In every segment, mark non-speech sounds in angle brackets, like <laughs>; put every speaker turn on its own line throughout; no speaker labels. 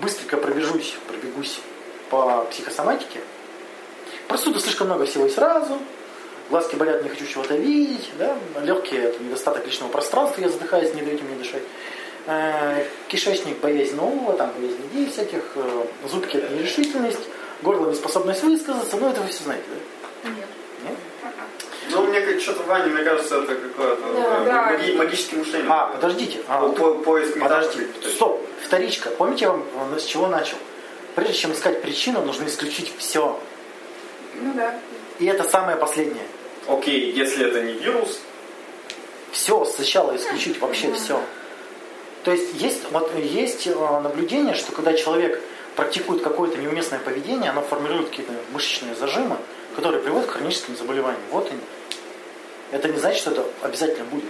быстренько пробежусь, пробегусь по психосоматике. Простуда слишком много всего и сразу. Глазки болят, не хочу чего-то видеть. Да? Легкие – это недостаток личного пространства, я задыхаюсь, не даете мне дышать. Э, Кишечник – боязнь нового, там, боязнь идей всяких. Э, Зубки – это нерешительность. Горло – неспособность высказаться. Ну, это вы все знаете, да?
Нет.
Нет?
Ну, мне как что-то Ваня, мне кажется, это какое-то
Да,
э,
да.
маги- магическое мышление.
А, подождите. А,
По- по- поиск
Подожди,
метафоры.
стоп, вторичка. Помните, я вам э, с чего начал? Прежде чем искать причину, нужно исключить все.
Ну да.
И это самое последнее.
Окей, если это не вирус,
Все сначала исключить, вообще все. То есть есть, вот, есть э, наблюдение, что когда человек практикует какое-то неуместное поведение, оно формирует какие-то мышечные зажимы, которые приводят к хроническим заболеваниям. Вот они. Это не значит, что это обязательно будет.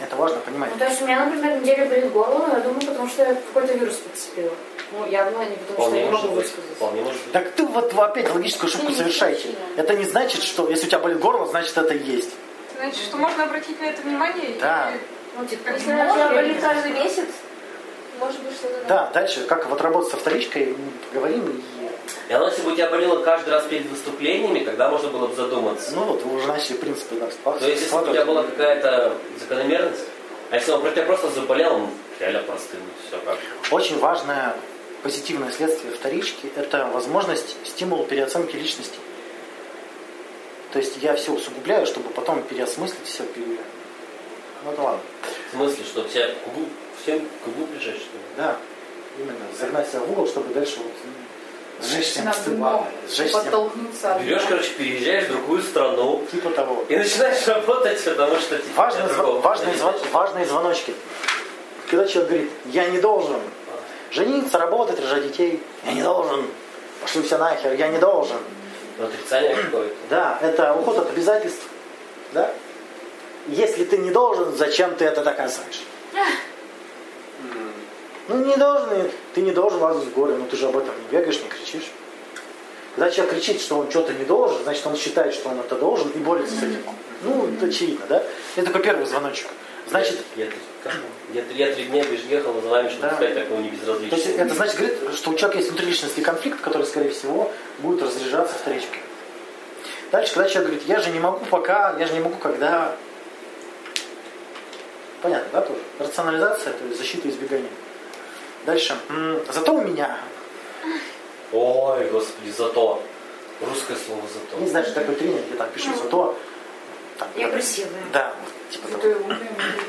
Это важно понимать.
Ну, то есть у меня, например, неделю болит голова, но я думаю, потому что я какой-то вирус подцепила. Ну, явно не потому, что
Вполне
я не
может
могу
быть.
высказаться.
Вполне может быть.
Так ты вот опять логическую ошибку
Ну,
совершаете.
точно.
Это не значит, что если у тебя болит горло, значит это и есть.
Значит, что можно обратить на это внимание?
Да.
и-
Ну, типа, ну,
Если она
я
тебя
не
болит
знаю.
каждый месяц, может быть, что-то
Да, дальше, как вот работать со вторичкой, м, поговорим. и-
И оно, если бы у тебя болело каждый раз перед выступлениями, тогда можно было бы задуматься.
Ну вот, вы уже начали принципы да, спла-
То есть, Ну, если бы у тебя
складывать.
была какая-то закономерность, а если он тебя просто заболел, он реально простыл, все как.
Очень важное позитивное следствие вторички – это возможность, стимул переоценки личности. То есть я все усугубляю, чтобы потом переосмыслить все. Пере... Ну это ладно.
В смысле, что тебя к углу, всем к углу прижать, что ли?
Да, именно. Загнать себя в угол, чтобы дальше вот ну, м, сжечься.
На
стыд.
дно.
Сжечься.
Подтолкнуться. от
Берешь,
дна.
короче, переезжаешь в другую страну
Типа того.
и начинаешь работать, потому что тебе
Важные, зв-
другого
важные,
не
зв-
хочется.
важные звоночки. Когда человек говорит, я не должен жениться, работать, рожать детей, я не должен, пошли все нахер, я не должен.
Ну, Отрицание какое-то.
Да, это уход от обязательств. Да? Если ты не должен, зачем ты это доказываешь?
м,
Ну не должен, и ты не должен лазать в горы, но ты же об этом не бегаешь, не кричишь. Когда человек кричит, что он что-то не должен, значит он считает, что он это должен и борется с этим. Ну, это очевидно, да? Это только первый звоночек. Значит,
я, я, как? я, три- я три дня бы ехал за вами, чтобы
Да.
сказать такого не
То есть
безразличного.
это значит, говорит, что у человека есть внутриличностный конфликт, который, скорее всего, будет разряжаться вторичкой. Дальше, когда человек говорит, я же не могу пока, я же не могу когда. Понятно, да, тоже? Рационализация, то есть защита избегания. Дальше. М, Зато у меня.
Ой, господи, зато. Русское слово зато.
Есть даже такой тренер, где там пишут зато. Там,
Я красивая.
Да, вот, типа того.
Зато и умная, и великая.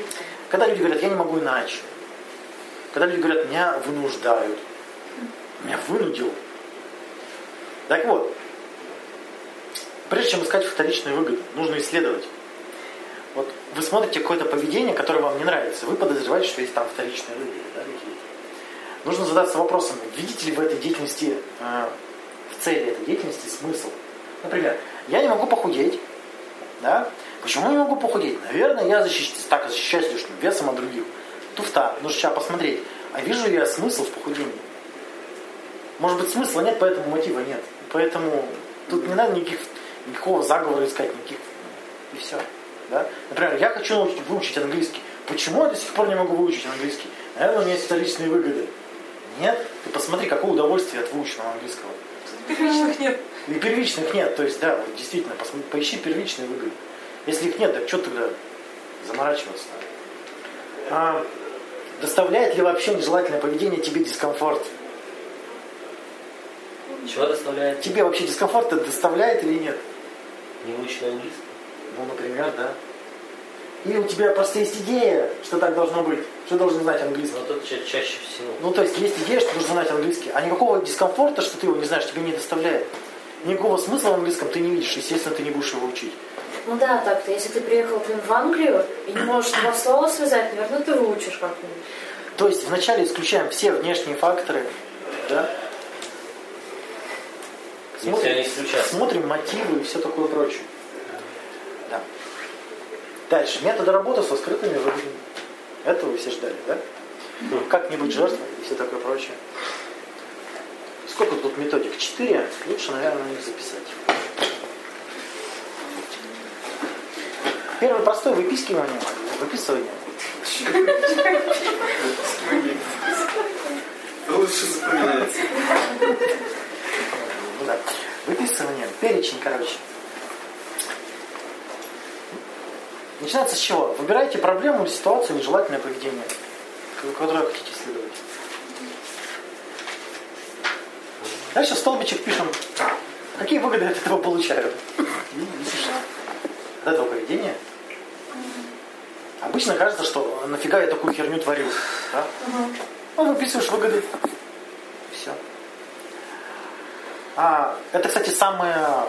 Когда люди говорят, я не могу иначе. Когда люди говорят, меня вынуждают. Меня вынудил. Так вот, прежде чем искать вторичную выгоду, нужно исследовать. Вот вы смотрите какое-то поведение, которое вам не нравится. Вы подозреваете, что есть там вторичная выгода. да, какие-то. Нужно задаться вопросом, видите ли в этой деятельности, э, в цели этой деятельности смысл. Например, я не могу похудеть, да? Почему я не могу похудеть? Наверное, я защищаюсь, так защищаюсь лишним весом от других. Туфта, нужно сейчас посмотреть. А вижу я смысл в похудении. Может быть, смысла нет, поэтому мотива нет. Поэтому тут не надо никаких, никакого заговора искать, никаких... И все. Да? Например, я хочу научить- выучить английский. Почему я до сих пор не могу выучить английский? Наверное, у меня есть вторичные выгоды. Нет? Ты посмотри, какое удовольствие от выученного английского.
Первичных нет.
И первичных нет, то есть, да, вот действительно, посмотри, поищи первичные выгоды. Если их нет, так что тогда заморачиваться? А доставляет ли вообще нежелательное поведение тебе дискомфорт?
Чего доставляет
Тебе вообще дискомфорт это доставляет или нет?
невыученный английский?
Ну, например, да. Или у тебя просто есть идея, что так должно быть, что должен знать английский.
Ну, тут ча- чаще всего.
Ну, то есть есть идея, что нужно знать английский, а никакого дискомфорта, что ты его не знаешь, тебе не доставляет. Никакого смысла в английском ты не видишь, естественно, ты не будешь его учить.
Ну да, так-то, если ты приехал, блин, в Англию и не можешь два слова связать, наверное, ты выучишь как-нибудь.
То есть вначале исключаем все внешние факторы, да?
Если они случатся.
смотрим мотивы и все такое прочее. Да. Дальше. Методы работы со скрытыми выгодами. Этого вы все ждали, да?
Хм.
Как не быть жертвой и все такое прочее. Сколько тут методик? Четыре. Лучше, наверное, их записать. Первое простое выпискивание. Выписывание.
Ну, лучше запоминается.
Ну да. Выписывание, перечень, короче. Начинается с чего? Выбирайте проблему, ситуацию, нежелательное поведение, к- которое хотите следовать. Дальше в столбичек пишем, какие выгоды от этого получаю. И пишешь, От этого поведения. Обычно кажется, что «А нафига я такую херню творю. Да? Ну, выписываешь выгоды. Все. А, это, кстати, самая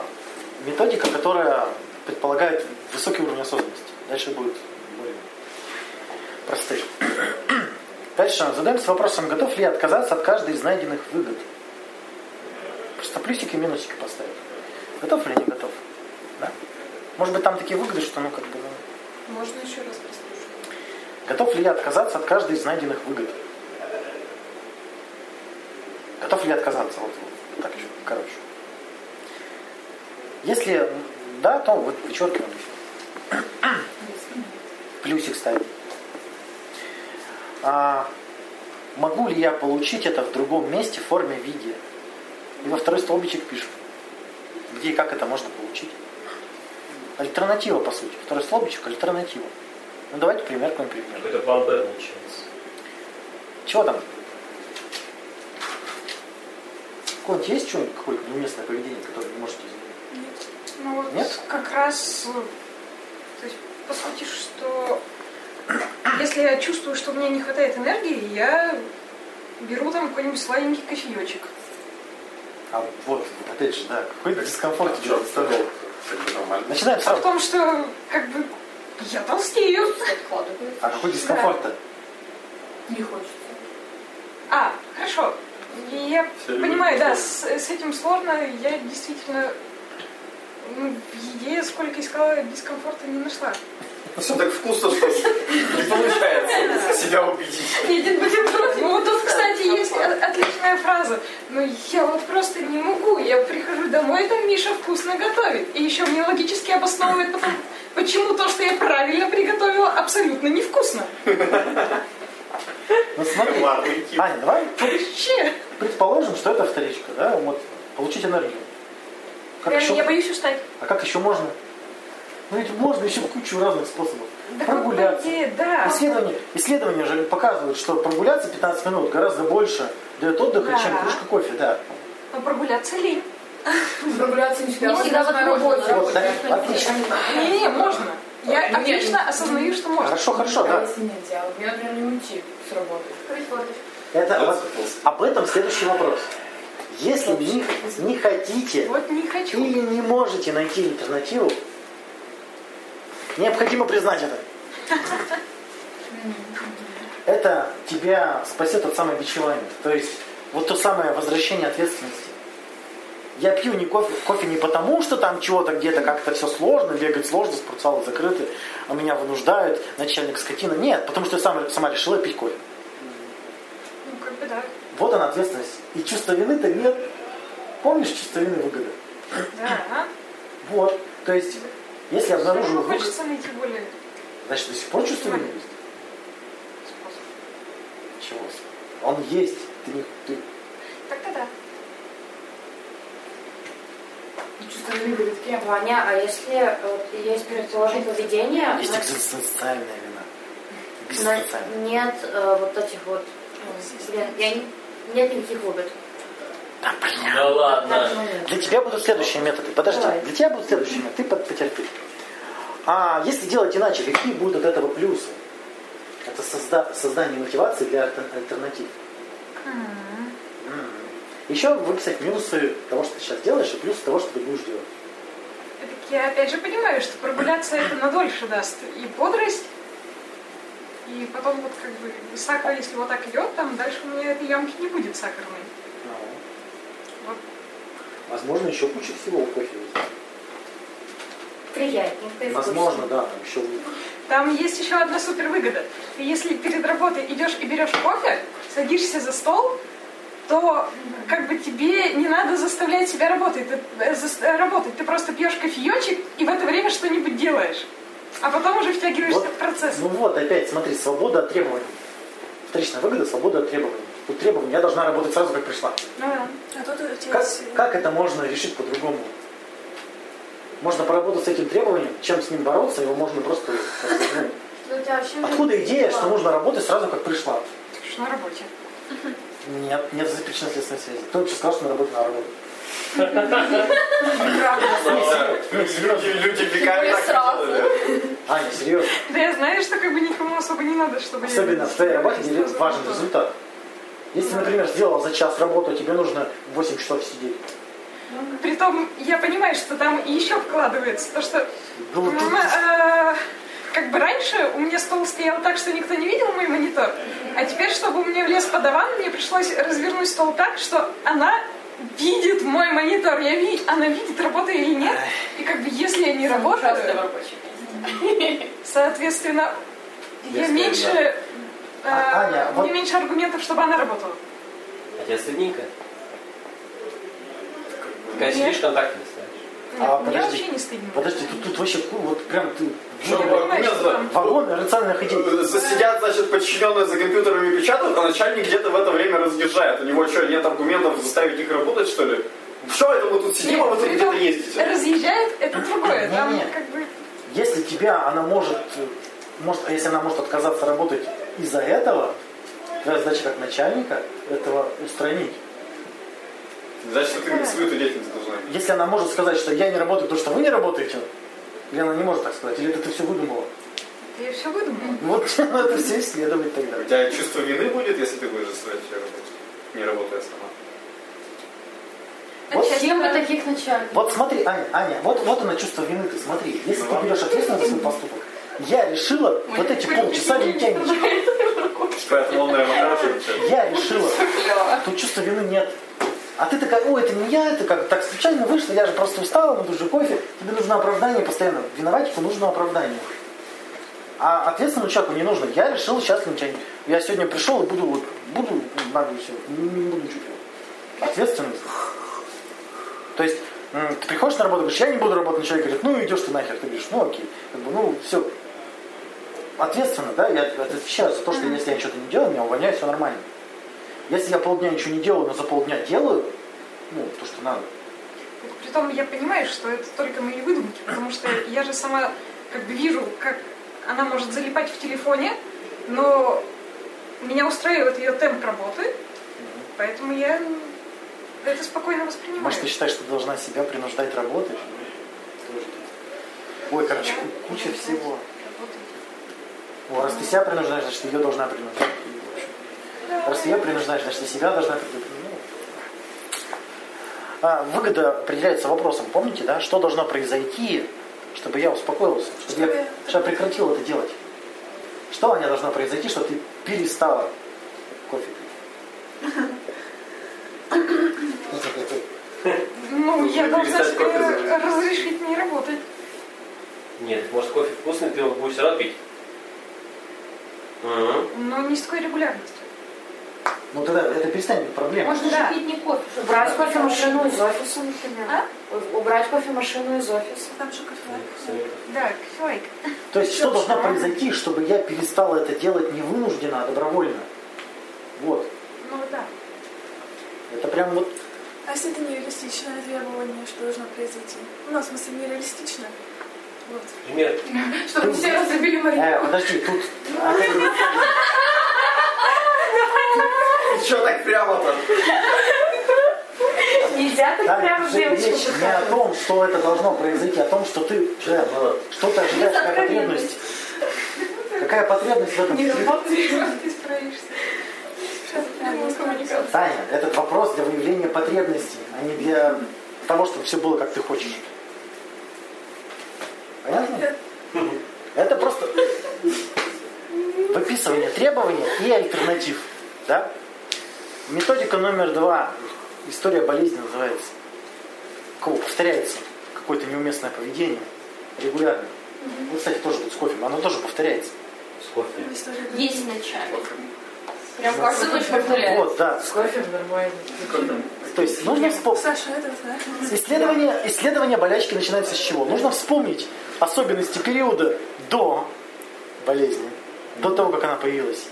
методика, которая предполагает высокий уровень осознанности. Дальше будет более простые. <coughs> Дальше задаемся вопросом, готов ли я отказаться от каждой из найденных выгод. Просто плюсики и минусики поставить. Готов или не готов? Да? Может быть, там такие выгоды, что ну как бы... ну,
Можно еще раз прослушать?
Готов ли я отказаться от каждой из найденных выгод? Готов ли я отказаться? Вот, вот так еще, короче. Если м, да, то вот вычеркиваем. Плюсик ставим. А, могу ли я получить это в другом месте в форме видео? И во второй столбичек пишем. Где и как это можно получить? Альтернатива, по сути. Второй столбичек – альтернатива. Ну, давайте пример к примеру.
Какой-то план Б получается.
Чего там? Какое-нибудь есть что-нибудь, какое-то неуместное поведение, которое вы можете изменить?
Ну вот
Нет?
как раз, э, то есть, по сути, что <clears throat> если я чувствую, что мне не хватает энергии, я беру там какой-нибудь сладенький кофеечек.
А вот, опять же, да, какой-то дискомфорт тебя
Чё,
доставляет.
как бы нормально.
Начинаем
А в
сразу.
том, что как бы я толстею.
Откладывают.
А какой дискомфорт-то?
Не хочется.
А, хорошо. Я
Всё любят
понимаю, да, с,
вкусно.
с этим сложно. Я действительно ну, в еде, сколько искала, дискомфорта не нашла.
Ну всё так вкусно, что не получается себя убедить.
Ни один бутерброд. Ну, вот тут, кстати, есть о- отличная фраза. Но я вот просто не могу. Я прихожу домой, там Миша вкусно готовит. И еще мне логически обосновывает потом, почему то, что я правильно приготовила, абсолютно невкусно.
Ну смотри.
Ладно, идти.
Аня, давай
Вообще.
предположим, что это вторичка, да? Вот, получить энергию. Как
Реально,
еще-
я боюсь устать.
А как еще можно? Ну ведь можно еще кучу разных способов.
Да вот, по
Прогуляться.
идее, да.
Исследования, исследования же показывают, что прогуляться 15 минут гораздо больше дает отдыха,
Да.
чем кружка кофе, да.
Но А прогуляться лень.
Прогуляться не всегда.
Не всегда возможно.
возможно.
Вот, да, отлично.
Не-не, можно. Я
Ну, нет.
отлично осознаю, что можно.
Хорошо, хорошо, да.
Если нельзя. Вот Меня, например, не уйти с работы.
Это
Да,
вот-
запился.
об этом следующий вопрос. Если не, не хотите
Вот не хочу. Ну,
или не можете найти альтернативу, необходимо признать это. Это тебя спасет от самобичевания. То есть вот то самое возвращение ответственности. Я пью не кофе, кофе не потому, что там чего-то где-то как-то все сложно, бегать сложно, спортзалы закрыты, а меня вынуждают, начальник скотина. Нет, потому что я сам, сама решила пить кофе.
Ну, как бы да.
Вот она ответственность. И чувства вины-то нет. Помнишь чувство вины выгоды?
Да.
Вот. То есть, если
Всё
обнаружил
равно
выгоду,
хочется найти более
значит, до сих пор чувство вины есть?
способ.
Чего? Он есть. Ты не, ты-
Тогда да.
Ну, Чувство вины перед кем?
Ваня, а если э, есть предположение поведения,
Есть
на-
экзистенциальная вина.
на-
Экзистенциальная.
нет э, вот этих вот, э, блин, я не- нет никаких выгод.
Да, блин.
Да ладно.
Такого ну нет.
Для тебя будут следующие методы. Подожди.
Давай.
Для тебя будут следующие методы. Ты под- потерпи. А если делать иначе, какие будут от этого плюсы? Это созда- создание мотивации для альтер- альтернатив. М. Еще выписать минусы того, что ты сейчас делаешь, и плюсы того, что ты будешь делать.
Так я опять же понимаю, что прогуляться это надольше даст и бодрость, и потом вот как бы сахар, если вот так идет, там дальше у меня этой ямки не будет сахарной. Вот.
Ну. Возможно, еще куча всего у кофе есть.
Приятнее, привкуснее.
Возможно, да, там еще
Там есть еще одна супер выгода. Ты если перед работой идешь и берешь кофе, садишься за стол, то как бы тебе не надо заставлять себя работать. Ты, э, зас- э, работать. ты просто пьешь кофеечек и в это время что-нибудь делаешь. А потом уже втягиваешься
Вот.
в процесс.
Ну вот, опять, смотри, свобода от требований. Вторичная выгода, свобода от требований. Тут требование, я должна работать сразу, как пришла.
Ну да.
А тут у тебя...
Как,
с-
как это можно решить по-другому? Можно поработать с этим требованием, чем с ним бороться, его можно просто... как бы, ну,
Ну, у тебя вообще жизнь
Откуда идея,
была.
что нужно работать сразу, как пришла?
Так что на работе.
Нет, нет причинно-следственной связи. Кто вообще сказал, что надо работать на работу?
Люди веками так не делали.
Аня, серьезно.
Да я знаю, что как бы никому особо не надо, чтобы... я-
Особенно в твоей работе где
Сразу
важен
работала.
результат. Если, например, сделала за час работу, а тебе нужно 8 часов сидеть.
Притом, я понимаю, что там и еще вкладывается. То, что
Ну, вот тут-
м, э, как бы раньше у меня стол стоял так, что никто не видел мой монитор. А теперь, чтобы у меня влез под диван, мне пришлось развернуть стол так, что она видит мой монитор. Я ви... Она видит, работаю или нет. И как бы если я не
Ужасный
работаю,
рабочий.
соответственно, я
Если
меньше...
да.
э,
А, Аня,
у меня
вот-
меньше аргументов, чтобы она работала.
А тебя стыдненько? Такая сидишь, контакт не ставишь.
Нет,
А,
мне
подожди.
вообще не стыдно.
Подожди, тут, тут вообще ку- вот прям ты...
Что,
Я понимаю,
аргумент
что
за-
там.
Вагон рациональных идей.
Э, Сидят, значит, подчиненные за компьютерами печатают, а начальник где-то в это время разъезжает. У него что, нет аргументов заставить их работать, что ли? Что это вы тут сидим, а вы тут
Притом
где-то ездите?
Разъезжает, это другое. Там
Не-не.
как бы...
Если тебя она может, э, может, а если она может отказаться работать из-за этого, твоя задача как начальника этого устранить.
Значит, что ты свою эту деятельность должна иметь.
Если она может сказать, что я не работаю, потому что вы не работаете, или она не может так сказать, или это ты все выдумала. Ну
Да Я все выдумала.
Вот <laughs> это все исследовать тогда.
У тебя чувство вины будет, если ты будешь заставлять ее работать, не работая сама?
Вот
Всем бы таких начальников.
Вот смотри, Аня, Аня, вот, вот оно чувство вины, ты смотри, если ты берешь ответственность за свой поступок, я решила вот эти полчаса лентяйничать.
Твоя автономная модерация получается.
Я решила. Тут чувства вины нет. А ты такая, ой, это не я, это как так случайно вышло, я же просто устала, мы тут же кофе. Тебе нужно оправдание постоянно. Виноватику нужно оправдание. А ответственному человеку не нужно. Я решил сейчас лентяйничать. Я сегодня пришел и буду вот, буду, надо все, не, не буду ничего делать. Ответственность. То есть м, ты приходишь на работу, говоришь, я не буду работать, но человек говорит, ну идешь ты нахер, ты говоришь, ну окей, как бы, ну все. Ответственно, да, я отвечаю за то, что если я что-то не делаю, меня увольняют, все нормально. Если я полдня ничего не делаю, но за полдня делаю, ну, то, что надо.
Притом я понимаю, что это только мои выдумки, потому что я же сама как бы вижу, как она может залипать в телефоне, но меня устраивает ее темп работы, поэтому я это спокойно воспринимаю.
Может, ты считаешь, что ты должна себя принуждать работать? Ну, тоже тут. Ой, короче, ку- куча всего. О, раз ты себя принуждаешь, значит, ты ее должна принуждать. Раз ты ее принуждаешь, значит, ты себя должна принуждать. Ну. А, выгода определяется вопросом, помните, да? Что должно произойти, чтобы я успокоилась, чтобы, я, чтобы я прекратила это делать? Что, Аня, должно произойти, чтобы ты перестала кофе пить?
Ну, я
Нужно
должна
перестать
себе
кофе заваривать.
разрешить не работать.
Нет, может кофе вкусный, ты его будешь все равно пить? Мгм.
Но не с такой регулярностью.
Ну тогда это перестанет быть проблемой.
Можно
Да.
же пить не кофе.
Убрать кофемашину из офиса, например.
А?
У- Убрать кофемашину из офиса.
Там же кофе.
Советов.
Да, кофейк.
То есть что должно произойти, чтобы я перестала это делать не вынужденно, а добровольно? Вот.
Ну да.
Это прям вот...
А если это нереалистичное требование, что должно произойти? Ну, в смысле, нереалистично. Вот.
Пример.
Чтобы все Ну, разлюбили Марию.
Э, подожди, тут...
Че так прямо-то?
Нельзя так
Там
прямо
же
девочку
речь не о том, что это должно произойти, а о том, что ты... э, Что ты ожидаешь, какая потребность? Какая потребность в этом?
Не ну, работает.
Ты справишься.
Коммуникация.
Таня, этот вопрос для выявления потребностей, а не для того, чтобы все было, как ты хочешь. Понятно? Это просто выписывание требований и альтернатив. Да? Методика номер два. История болезни называется. У кого повторяется какое-то неуместное поведение регулярно. Вот, кстати, тоже вот с кофе, оно тоже повторяется.
С кофе.
История.
Есть начальник. Прям каждую ночь повторяет.
Ну, Вот, да.
С кофе нормально.
То есть нужно вспомнить.
Саша, это да.
Исследование, исследование болячки начинается с чего? Нужно вспомнить особенности периода до болезни, до того, как она появилась.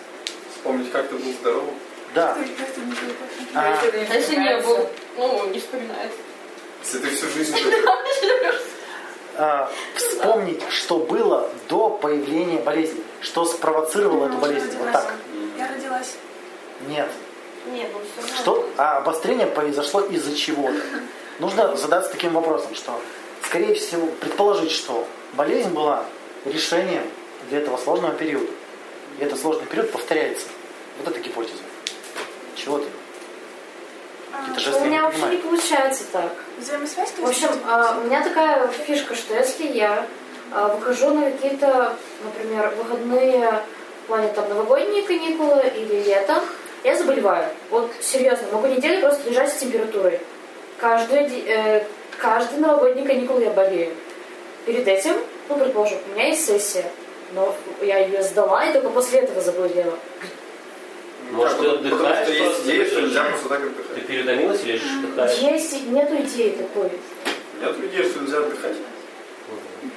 Вспомнить, как ты был здоровым.
Да.
Как ты- как ты не перепахнул?
А,
А если не был, ну, не вспоминает.
Если ты всю жизнь...
а, вспомнить, что было до появления болезни, что спровоцировало эту
Я
болезнь. Вот
Ну, родилась.
так.
Я родилась.
Нет.
Нет, ну все равно.
Что? А обострение произошло из-за чего-то. Нужно задаться таким вопросом, что, скорее всего, предположить, что болезнь была решением для этого сложного периода. И этот сложный период повторяется. Вот это гипотеза. Чего ты? Какие-то жесты
У
я не
меня вообще не
понимаю.
получается так.
Взаимосвязь, то
В общем,
есть,
а, у меня такая фишка, что если я а, выхожу на какие-то, например, выходные, в плане там новогодние каникулы или лето, я заболеваю. Вот серьезно, могу неделю просто лежать с температурой. Каждый, каждый новогодний каникул я болею. Перед этим, ну, предположим, у меня есть сессия, но я ее сдала и только после этого заболела.
Может, ты
Потому
отдыхаешь
что есть
просто,
идея, что
лежишь?
нельзя просто так
Ты
отдыхать.
переутомилась или лишь отдыхаешь?
Есть, нету идеи такой.
Нет идеи, что нельзя отдыхать.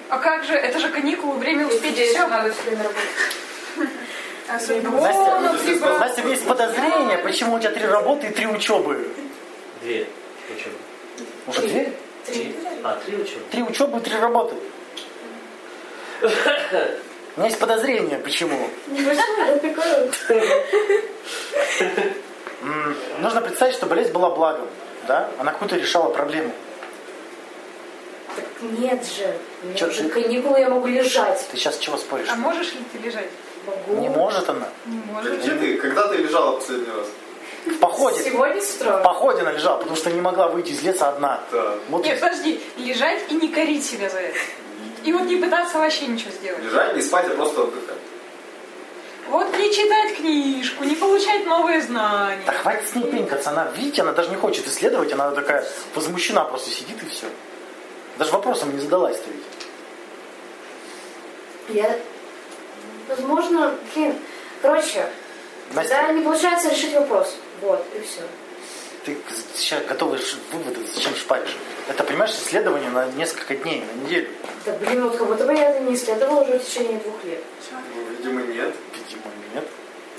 А как же, это же каникулы, время
Если
успеть А
здесь
все.
надо все время работать.
<laughs>
особенно
Настя,
О, типа,
Настя, есть подозрение, почему у тебя три работы и три учебы.
Две. Почему?
Уже две?
Три. А, три учебы?
Три учебы и три работы. У меня есть подозрение, почему. М, Нужно представить, что болезнь была благом. Да? Она какую-то решала проблему.
Так нет же, у меня
Чё
же
ты-
каникулы, я могу лежать.
Ты сейчас чего споришь?
А можешь ли ты лежать?
Могу.
Не может она.
Не
Так
можешь.
Где ты? Когда ты лежала последний раз?
В походе.
Сегодня с
В
утра.
походе она лежала, потому что не могла выйти из леса одна.
Да.
Вот
Нет, подожди, лежать и не корить себя за это. И вот не пытаться вообще ничего сделать.
Лежать, не спать, а просто отдыхать.
Вот не читать книжку, не получать новые знания.
да хватит с ней пенькаться. Она, видите, она даже не хочет исследовать, она такая возмущена просто сидит и все. Даже вопросом не задалась ты ведь.
Я... Возможно, блин. Короче, да,
Настя,
не получается решить вопрос. Вот, и все.
ты сейчас готовы ш- выводы, зачем шпаришь? Это, понимаешь, исследование на несколько дней, на неделю.
Да блин, вот как будто бы я это не исследовала уже в течение двух лет.
Ну, видимо, нет.
Видимо, нет.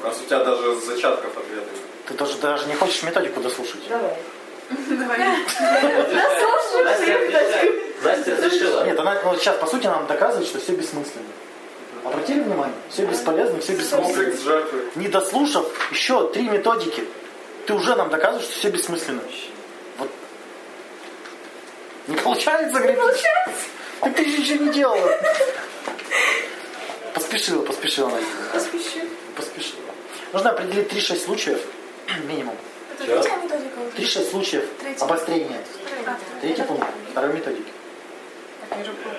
Раз у тебя даже зачатков ответа нет.
Ты даже, даже не хочешь методику дослушать.
Давай.
Давай.
Настя разрешила.
Нет, она ну, сейчас, по сути, нам доказывает, что все бессмысленно. Обратили внимание? Все бесполезно, все бессмысленно.
Комплекс жертвы.
Не дослушав еще три методики, ты уже нам доказываешь, что все бессмысленно. Вот. Не получается, говорит. Не получается. Так ты же ничего не делала. Поспешила, поспешила, Настя. Поспешила. Нужно определить 3-6 случаев, <clears throat> минимум.
Это третья методика уже?
3-6 случаев
Третий.
обострения.
А,
Третий пункт, второй методики.
Так, я же помню.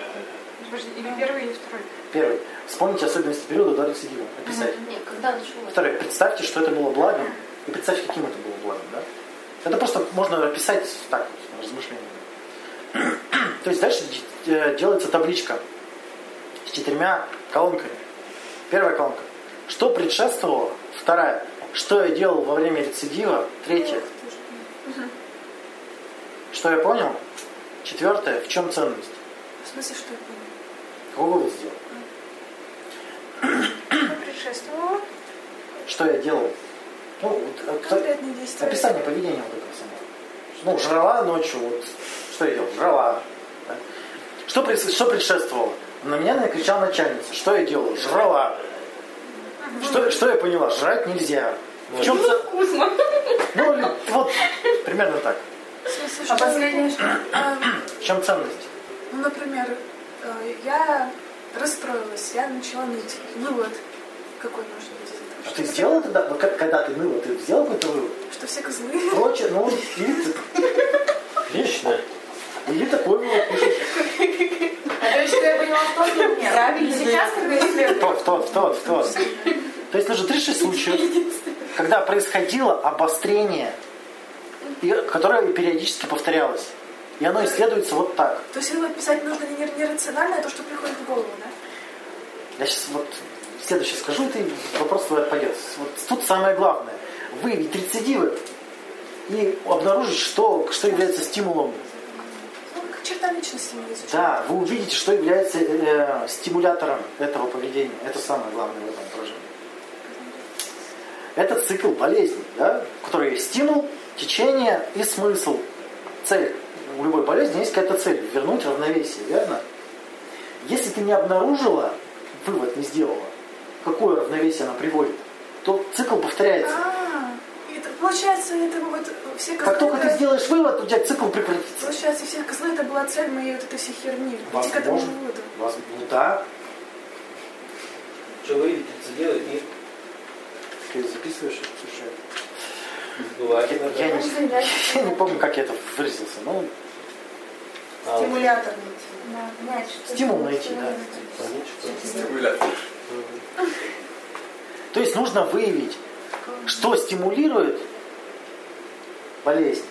Подожди, или первый, или второй.
Первый. Вспомните особенности периода до рецидива. Описать.
Нет, когда началось?
Второе. Представьте, что это было благом, и представьте, каким это было благом, да? Это просто можно описать так, вот, размышлениями. <clears throat> То есть дальше де- э, делается табличка с четырьмя колонками. Первая колонка. Что предшествовало? Вторая. Что я делал во время рецидива? Третья. Что я понял? Четвертое. В чем ценность?
В смысле, что я понял?
Какой вывод сделал?
Что
Ну,
предшествовало?
Что я делал? Ну, вот, э, кто-
Конкретные действия.
Описание поведения вот этого самого. Ну, жрала ночью, вот что я делал? Жрала. да. Что, пред- что предшествовало? На меня накричал начальница. Что я делала? Жрала. Что, что я поняла? Жрать нельзя. В чем за...
Вкусно.
Ну, вот, примерно так.
В смысле,
А
что я
последнее
поняла? Эм,
В чем ценность?
Ну, например, э, я расстроилась, я начала ныть. Ну вот, какой может быть из этого?
А ты сделала тогда, вот как- когда ты ныла, ты сделал какой-то вывод?
Что все козлы.
Прочее, ну, или,
Отлично.
ты- или такой вывод пишешь.
А то, что я поняла, что нет. Правильно. Сейчас, когда я слежу.
Тот, тот, тот, тот. То есть нужно 3-6 случаев, когда происходило обострение, и- которое периодически повторялось. И оно исследуется вот так.
То есть это писать нужно не, не рационально, а то, что приходит в голову, да?
Я сейчас вот следующее скажу, и ты вопрос твой отпадет. Вот тут самое главное. Выявить рецидивы и обнаружить, что, что является стимулом.
Ну, как черта личности мы изучаем.
Да, вы увидите, что является э, стимулятором этого поведения. Это самое главное в этом упражнении. Это цикл болезни, да? в которой есть стимул, течение и смысл. Цель. У любой болезни есть какая-то цель. Вернуть равновесие, верно? Если ты не обнаружила, вывод не сделала, какое равновесие она приводит, то цикл повторяется.
А, это, получается, это вот э, все козлы...
Как только ты
это-
сделаешь вывод, у тебя цикл прекратится.
Получается, все козлы это была цель моей вот этой всей херни. Идти к этому
Возможно.
выводу.
Возможно. Ну да.
Что вы видите, это делает, не
Ты записываешь это, слушай.
бывает.
Я,
иногда.
я не,
<laughs>
я не помню, как я это выразился. Ну,
А, вот,
Стимулятор найти.
Нет, что
стимул найти, да.
понятно, что-
Стимулятор.
То есть нужно выявить, что стимулирует болезнь.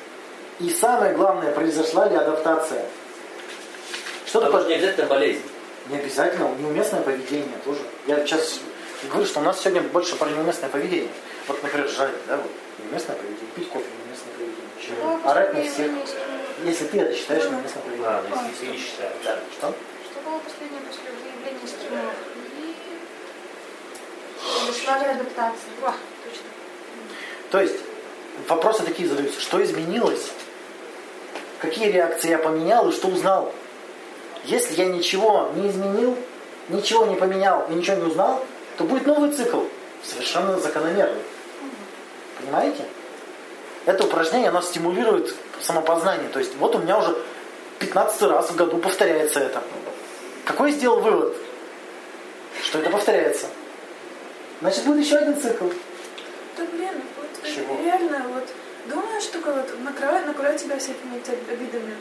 И самое главное, произошла ли адаптация. Что
Потому
такое
что не обязательно болезнь.
Не обязательно, неуместное поведение тоже. Я сейчас говорю, что у нас сегодня больше про неуместное поведение. Вот, например, жаль, да, вот, неуместное поведение, пить кофе, неуместное поведение.
Почему?
Орать А на всех. Если ты это считаешь неуместным поведением.
А, ну, если ты не считаешь.
Да, что?
Что было последнее после выявления стимулов? И... Дошла ли адаптация? Ва, точно.
То есть вопросы такие задаются. Что изменилось? Какие реакции я поменял и что узнал? Если я ничего не изменил, ничего не поменял и ничего не узнал, то будет новый цикл. Совершенно закономерный. Понимаете? Это упражнение, оно стимулирует самопознание. То есть вот у меня уже 15 раз в году повторяется это. Какой я сделал вывод? Что это повторяется. Значит, будет еще один цикл.
Да блин, ну вот это
Чего?
реально, вот думаешь только вот накрывает, накрывает тебя всякими эти обидами.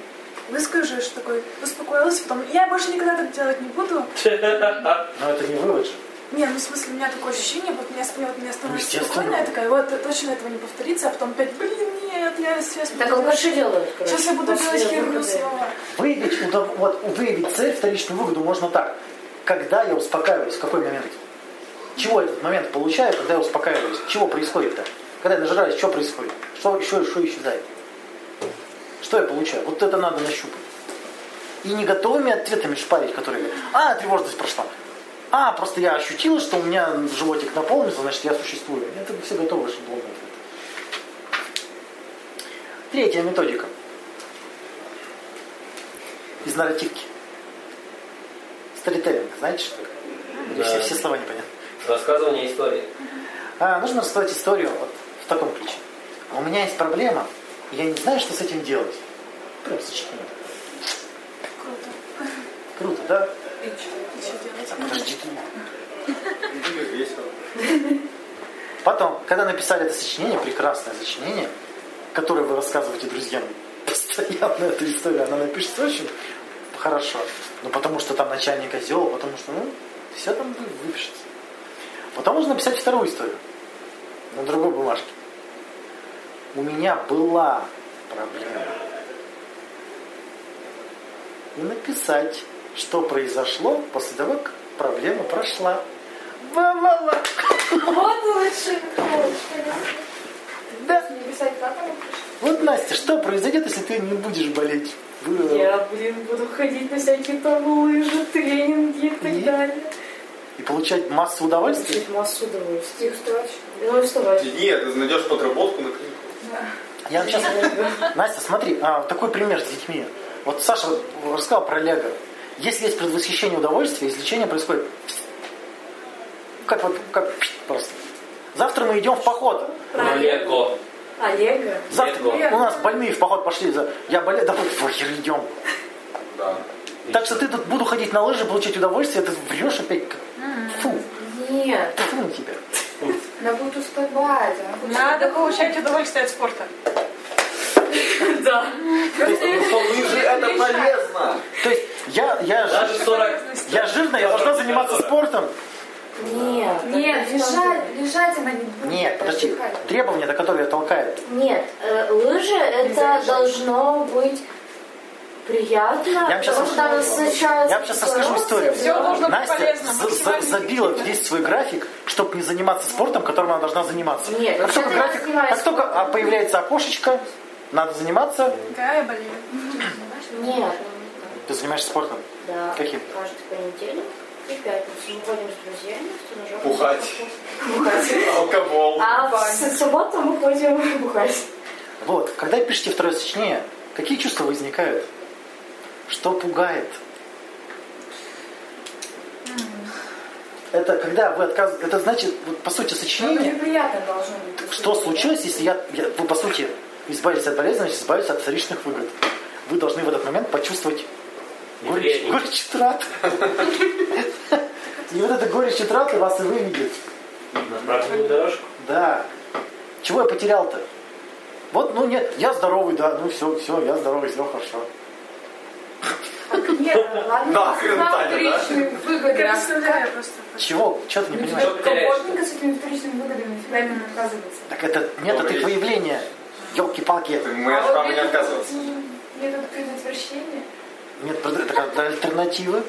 Выскажешь такой, успокоился, потом я больше никогда так делать не буду.
Но это не вывод же.
Не, ну в смысле, у меня такое ощущение, вот меня, ст- вот меня
Ну,
становится
естественно.
спокойно, я такая, вот точно этого не повторится, а потом опять, блин, нет, я сейчас
Так а алкаши делают, короче.
Сейчас я буду
После
делать херню
выхода.
снова.
Выявить, удов- вот, выявить цель, вторичную выгоду можно так. Когда я успокаиваюсь, в какой момент? Чего я этот момент получаю, когда я успокаиваюсь? Чего происходит-то? Когда я нажираюсь, что происходит? Что еще, что исчезает? Что я получаю? Вот это надо нащупать. И не готовыми ответами шпарить, которые а, тревожность прошла. А, просто я ощутила, что у меня животик наполнился, значит, я существую. Это все готовые шаблоны. Третья методика из нарративки. Сторителлинг, знаете что? такое? Или
Да.
Все, все слова непонятны.
Рассказывание истории.
А, нужно рассказать историю вот в таком ключе. У меня есть проблема, и я не знаю, что с этим делать. Прям сочетание.
Круто.
Круто, да? А
И что делать?
Подожди ты.
Будет весело.
Потом, когда написали это сочинение, прекрасное сочинение, которое вы рассказываете друзьям, <laughs> постоянно эту историю, она напишется очень хорошо. Ну, потому что там начальник козел, потому что, ну, все там вы- выпишется. Потом нужно написать вторую историю на другой бумажке. У меня была проблема. И написать, что произошло после того, как проблема прошла. Ва-ла-ла.
Вот лучше.
Да.
Не писать папа.
Вот, Настя, что произойдет, если ты не будешь болеть? Вы- э,
Я, блин, буду ходить на всякие там лыжи, тренинги и
И?
так далее.
И получать массу удовольствия?
Чуть массу удовольствия.
Ты встать.
Ну и вставать.
Нет, а ты найдешь подработку на клинику.
Я вот сейчас... Настя, смотри, а, такой пример с детьми. Вот Саша рассказал про Лего. Если есть предвосхищение удовольствия, излечение происходит... Как вот, как просто. Завтра мы идем в поход.
Лего.
Олега?
Завтра
Лего.
у нас больные в поход пошли. За... Я болею, да вот похер, идем.
Да.
Так что ты тут буду ходить на лыжи, получать удовольствие, ты врешь опять. как- Фу,
Нет.
фу на тебя.
Она будет уставать. она будет
Надо
уставать.
получать удовольствие от спорта.
Да.
Потому что
Ну,
лыжи это полезно.
То есть я, я, жи-
Даже 40...
я жирная, я должна заниматься спортом.
Нет.
Нет, лежать, лежать она не будет.
Нет, подожди.
отдыхать.
Требования, на которые толкают.
Нет. э, Лыжи это должно быть приятно.
Я вам щас
потому что она
расскажу.
насыщает
Я вам сейчас расскажу историю.
кислород,
А Всё должно быть
Настя
полезно,
за- за-
максимально
забила
эффективно.
весь свой график, чтобы не заниматься спортом, которым она должна заниматься.
Нет,
как
вообще-то
только,
я
график,
занимаюсь
как только а, появляется окошечко, надо заниматься,
Да, я болею.
Нет.
ты занимаешься спортом.
Да.
Каким?
Каждый понедельник. и в пятницу мы ходим с друзьями в тренажерный
Бухать.
зал. Бухать.
Алкоголь.
А в с- субботу мы ходим <laughs> бухать.
Вот, когда пишете второе сочинение, какие чувства возникают? Что пугает? Это когда вы отказ... Это значит, вот, по сути, сочинение.
Ну, Неприятно должно быть.
Что случилось, если я, я- вы, по сути, избавились от болезненности, избавились от вторичных выгод? Вы должны в этот момент почувствовать горечь,
Неприятненько.
горечь и трат. И вот эта горечь и траты вас и выведет.
На правильную дорожку.
Да. Чего я потерял-то? Вот, ну нет, я здоровый, да, ну все, все, я здоровый, все хорошо.
Нет, ладно.
Нахрен, Таня, да?
Вторичные выгоды.
Я представляю просто.
Чего? Чего ты не понимаешь?
Что ты теряешь?
Комфортненько с этими вторичными выгодами, всегда от них отказываться.
Так это нет от их выявления. Елки-палки.
Ты- Мы от
А
права не отказываться.
Мне тут предотвращение.
Нет, это как альтернативы.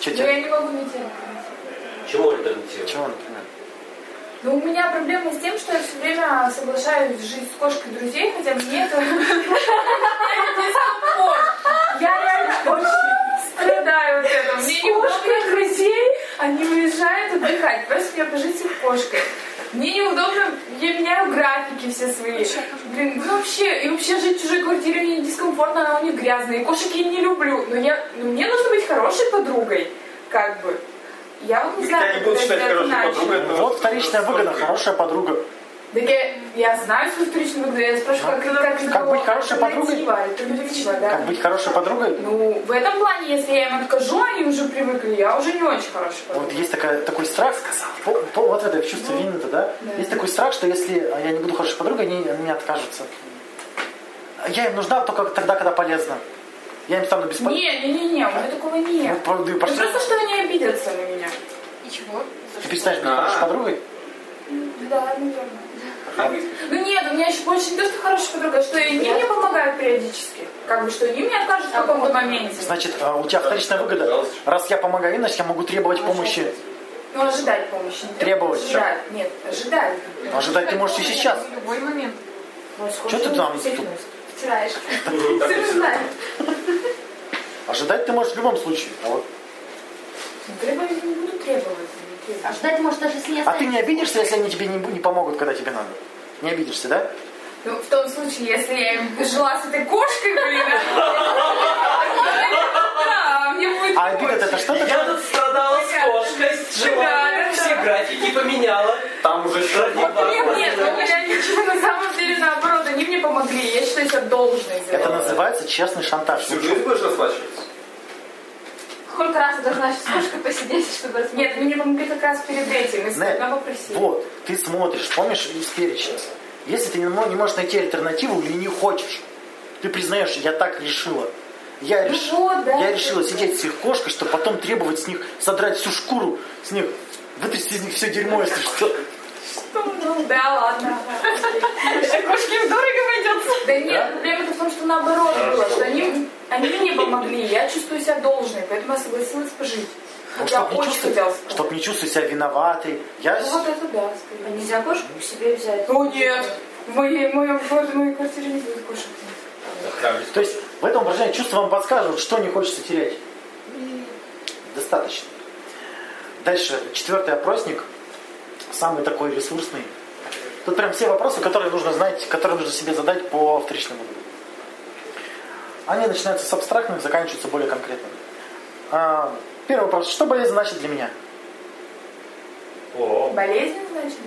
Че
Но
тебе?
я не могу не терпеть.
Чему альтернатива?
Чего, например?
Но Ну, у меня проблема с тем, что я все время соглашаюсь жить с кошкой друзей, хотя мне это дискомфорт. Я реально очень страдаю от этого. Мне не удобно друзей, они уезжают отдыхать, просят меня пожить с их кошкой. Мне неудобно, я меняю графики все свои. Блин, ну вообще, и вообще жить в чужой квартире мне дискомфортно, она у них грязная, и кошек я не люблю. Но я, ну, мне нужно быть хорошей подругой, как бы. Я вот не знаю,
Я не буду
как это
считать
сделать
хорошей
иначе.
подругой. это
Вот вторичная выгода, хорошая подруга.
Так я, я знаю свою вторичную выгоду, я спрашиваю, как, как,
Как быть хорошей подругой?
альтернатива, альтернатива, да.
Как быть хорошей подругой?
Ну, в этом плане, если я им откажу, они уже привыкли, я уже не очень хорошая
Вот
подруга.
есть такая, такой страх, по, по- вот это чувство вины-то, да? Есть такой страх, что если я не буду хорошей подругой, они от меня откажутся. Я им нужна только тогда, когда полезна. Я им стану бесполезным.
Не, не, не, не, у меня такого нет.
Ну, правда, и
Ну,
пошли.
просто, что они обидятся на меня.
И чего?
Ты перестанешь быть
А.
хорошей подругой?
Да, наверное. Ну нет, у меня еще больше не то, что хорошая подруга, что и они мне помогают периодически. Как бы, что они мне откажут в каком-то моменте.
Значит, а, у тебя вторичная выгода. Раз я помогаю, значит, я могу требовать помощи.
Ну, ожидать помощи. не
Требовать.
Ожидать, нет, ожидать.
Ожидать ты можешь и сейчас.
В любой момент.
Чё ты там тут?
Втираешь.
Так
Ты
и
же
всё.
знаешь.
Ожидать ты можешь в любом случае. А, вот-
Ну, Требовать я не буду требовать. не требовать.
А ждать может даже если не
а ты
останется.
не обидишься, если они тебе не, бу- не помогут, когда тебе надо? Не обидишься, да?
Ну, в том случае, если я им жила с этой кошкой, <laughs> блин, да, мне будет
А обида это
очень.
что такое?
Я тут страдала с кошкой,
Да,
жила,
да,
все графики поменяла.
Там уже
Ради
еще...
вас.
Нет, нет, ну, у меня ничего, на самом деле, наоборот, они мне помогли, я считаю себя должной за это.
Это называется честный шантаж.
Всю жизнь будешь расплачиваться?
Сколько раз я должна сейчас с кошкой посидеть, чтобы... Нет, мне помогли как раз перед этим, если
Нет,
одного попросили.
Вот, ты смотришь, помнишь из перечня? Если ты не мо- не можешь найти альтернативу или не хочешь, ты признаешь, я так решила. Я,
Ну
реш-
вот, да.
я решила сидеть с их кошкой, чтобы потом требовать с них, содрать всю шкуру с них, вытрясти из них все дерьмо, если что.
Ну, да, ладно. Э, Кошки дорого обойдется. Да нет, проблема-то в том, что наоборот было, что они, они мне помогли, я чувствую себя должной, поэтому я согласилась пожить.
чтобы
Я
не,
очень хотела
чувствовать,
сказать.
чтоб не чувствовать себя виноватой. Я... с-
Вот это да,
А
скорее.
нельзя кошку к себе взять?
Ну нет, в моей, в моем, в моей квартире не будет кошек.
Храбрость.
То есть в этом упражнении чувства вам подскажут, что не хочется терять. И Достаточно. Дальше, четвертый опросник, самый такой ресурсный. Тут прям все вопросы, которые нужно знать, которые нужно себе задать по вторичному уровню. Они начинаются с абстрактных, заканчиваются более конкретными. А, Первый вопрос. Что болезнь значит для меня?
О,
Болезнь, значит?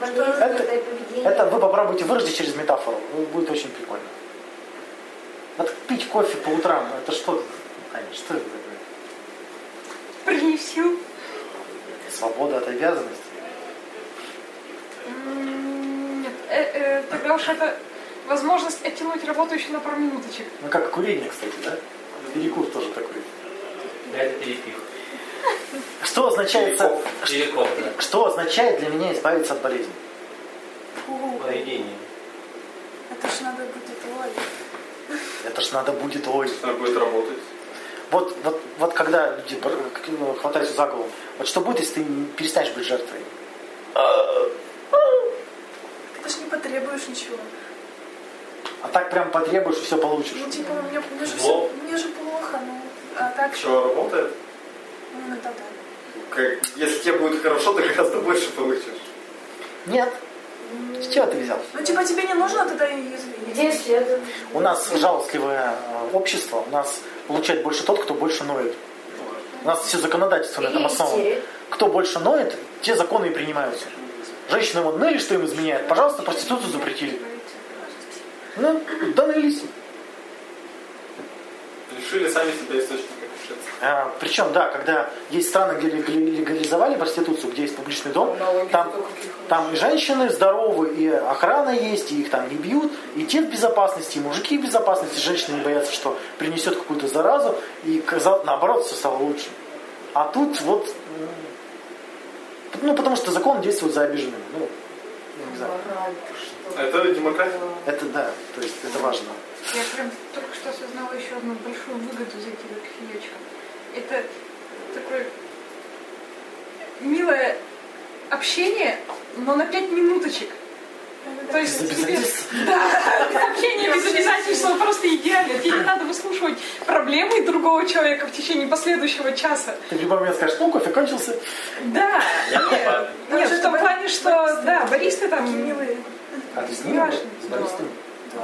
Может,
Это-
это, это поведение.
Это вы попробуйте выразить через метафору. Ну, Будет очень прикольно. Вот пить кофе по утрам, это что? Аня, что это такое?
Прилив сил.
Свобода от обязанностей.
М, Нет, Э, э, тогда уж это возможность оттянуть работу еще на пару минуточек.
Ну как курение, кстати, да? Перекур тоже такой.
это перепих.
Что означает,
Перекур.
Перекоп, да.
что означает для меня избавиться от болезни?
Фу,
Поведение.
это ж надо будет ой.
Это ж надо будет ой.
Она будет работать.
Вот, вот, вот когда люди бр- к- ну, хватаются за голову, вот что будет, если ты не перестанешь быть жертвой?
Ты ж не потребуешь ничего.
А так прям потребуешь и все получишь.
Ну, типа, у меня, у меня же
Зло.
все, мне же плохо, ну, а так,
Чего работает?
ну, иногда да.
Как- если тебе будет хорошо, ты гораздо больше получишь.
Нет. С чего ты взял?
Ну, типа, тебе не нужно тогда и извини.
Где следует?
У нас жалостливое э, общество, у нас получает больше тот, кто больше ноет.
Ну
У нас все законодательство на этом
Или
основано.
истерик.
Кто больше ноет, те законы и принимаются. Женщины вот ныли, ну что им изменяют. Пожалуйста, проституцию запретили. Ну, да нылись.
Решили сами себя источника решиться.
А, причем, да, когда есть страны, где легали- легализовали проституцию, где есть публичный дом, там, там и женщины здоровы, и охрана есть, и их там не бьют, и те в безопасности, и мужики в безопасности, женщины не боятся, что принесет какую-то заразу, и каза- наоборот все стало лучше. А тут вот, м, ну, потому что закон действует за обиженными. Ну, я не знаю.
А Это демократия.
Это да, то есть это важно.
Я прям только что осознала еще одну большую выгоду из этих яичек. Это такое милое общение, но на пять минуточек. То есть
Без
тебе-
обязательств.
Да, общение без обязательств, оно просто идеально. Тебе не надо выслушивать проблемы другого человека в течение последующего часа.
Ты в любой момент скажешь, ну, кофе кончился.
Да,
Я попал.
нет, в том плане, что, да, баристы там
Милые.
А ты с
ним Важно. был? С баристом?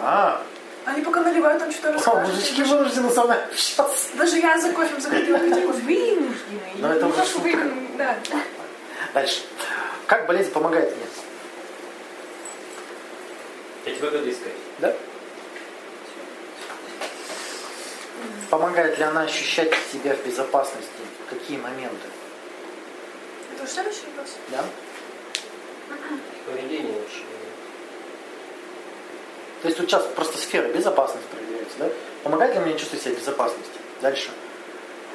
А,
Они пока наливают, там что-то
О,
расскажут.
мужички вынуждены со мной общаться.
Даже я за кофе заходила.
вынуждены.
Но это
Ну,
уже
чтобы
шутка.
им, Да,
Дальше. Как болезнь помогает мне?
Я тебя буду искать.
Да? Помогает ли она ощущать себя в безопасности? Какие моменты?
Это уже следующий вопрос?
Да?
Поведение лучше.
То есть вот сейчас просто сфера безопасности проверяется, да? Помогает ли мне чувствовать себя в безопасности? Дальше.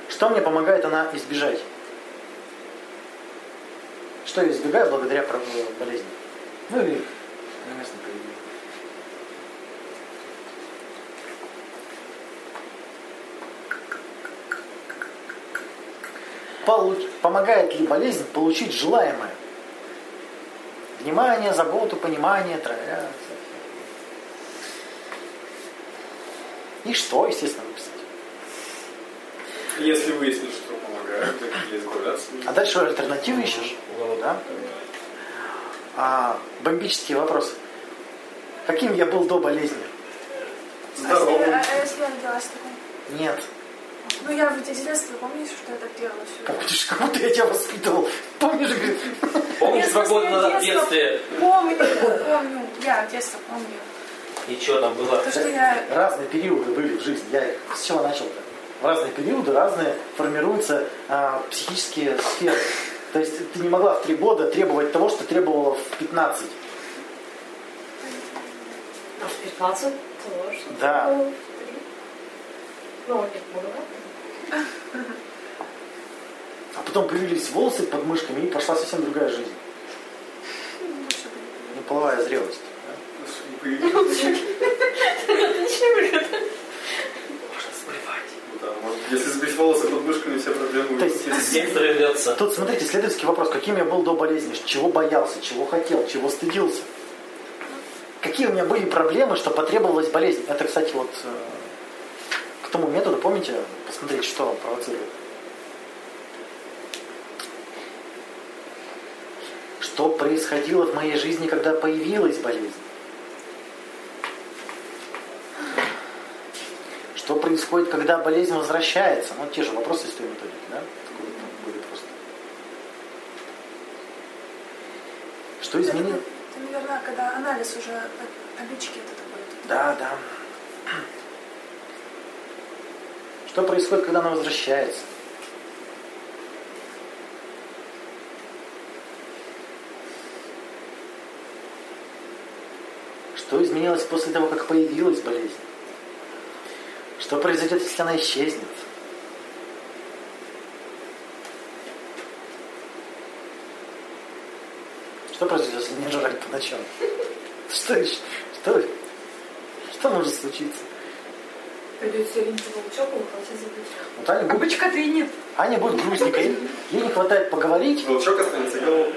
Что мне помогает она избежать? Что я избегаю благодаря про- э, болезни? Ну или неуместно поведение. Получ- Помогает ли болезнь получить желаемое? Внимание, заботу, понимание, травя. И что, естественно, выписать.
Если выяснишь, что помогает, так и избавляться.
А дальше альтернативы ищешь. Ну Да? А, бомбические вопросы. Каким я был до болезни?
А если,
Здорово.
а- а если я родилась такой?
Нет.
Ну, я в детстве, помнишь, что я так делала? всё?
Помнишь, как будто я тебя воспитывал. Помнишь, говорит,
Помнишь,
Нет,
два года
просто я
назад в
детство-
детстве?
Помню, помню. Я детство помню.
И что там было?
То, что я...
разные периоды были в жизни. Я их с чего начал-то? В разные периоды разные формируются а, психические сферы. То есть ты не могла в три года требовать того, что требовала в 15.
А в 15 тоже.
Да.
Ну, нет, много.
А потом появились волосы под мышками и пошла совсем другая жизнь. Ну, половая зрелость.
Да, может, Если сбить волосы под мышками, все проблемы
То есть-
уйдут.
День вернется.
Тут, смотрите, следовательский вопрос. Каким я был до болезни? Чего боялся? Чего хотел? Чего стыдился? Какие у меня были проблемы, что потребовалась болезнь? Это, кстати, вот э, к тому методу, помните, посмотреть, что провоцирует. Что происходило в моей жизни, когда появилась болезнь? Что происходит, когда болезнь возвращается? Ну, те же вопросы из той методики, да? Такой вот Были просто. Что изменило?
Это, наверное, когда анализ уже э, обидчики это такой.
Да, да. Что происходит, когда она возвращается? Что изменилось после того, как появилась болезнь? Что произойдет, если она исчезнет? Что произойдет, если не жрать по ночам? <laughs> Что еще? Что? Что может случиться?
Придется линейку волчок типа и ухватить за плечо.
Вот Аня
а
будет,
бычка-то и нет.
Аня будет грустненькой. Ей не хватает поговорить.
Волчок останется головой.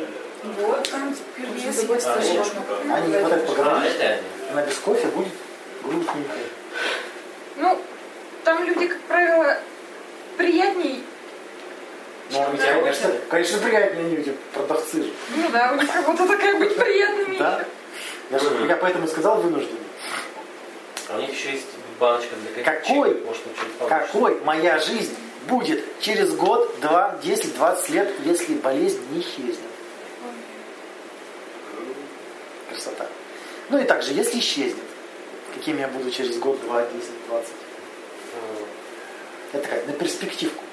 Вот.
Там
Нужно
перец
забыть
А,
сложно.
вот.
Ане не хватает
А,
поговорить.
это они.
Она без кофе будет грустненько.
Ну, там люди, как правило, приятней.
Ну, а у тебя, конечно, конечно, приятнее они, эти продавцы же.
Ну да, у них работа такая быть приятными.
Да? Я, же, я поэтому и сказал вынужденный.
А у них еще есть баночка для каких
Какой?
Может, там что-нибудь получится.
Какой моя жизнь будет через год, два, десять, двадцать лет, если болезнь не исчезнет? Красота. Ну и также, если исчезнет, каким я буду через год, два, десять, двадцать?
А,
Это такая, на перспективку.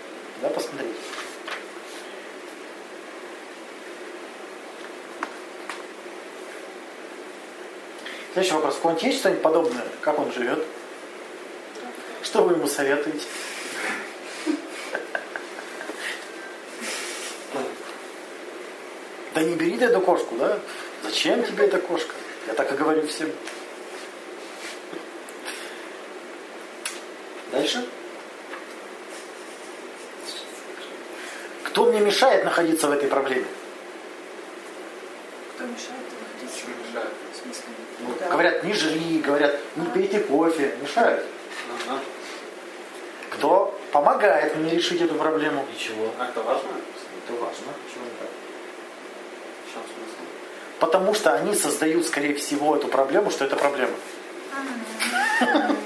Да, посмотреть. Следующий вопрос. У кого-нибудь есть что-нибудь подобное? Как он живет? Что вы ему советуете? Да не бери ты эту кошку, да? Зачем тебе эта кошка? Я так и говорю всем. Дальше. Кто мне мешает находиться в этой проблеме?
Кто мешает выходить?
Чего мешает?
В смысле?
Ну, Говорят, не жри, говорят, не пейте кофе, мешают.
Ага.
Кто помогает мне решить эту проблему?
И чего?
А это важно?
Это важно. Почему не так?
Сейчас смысл.
Потому что они создают, скорее всего, эту проблему, что это проблема.
М,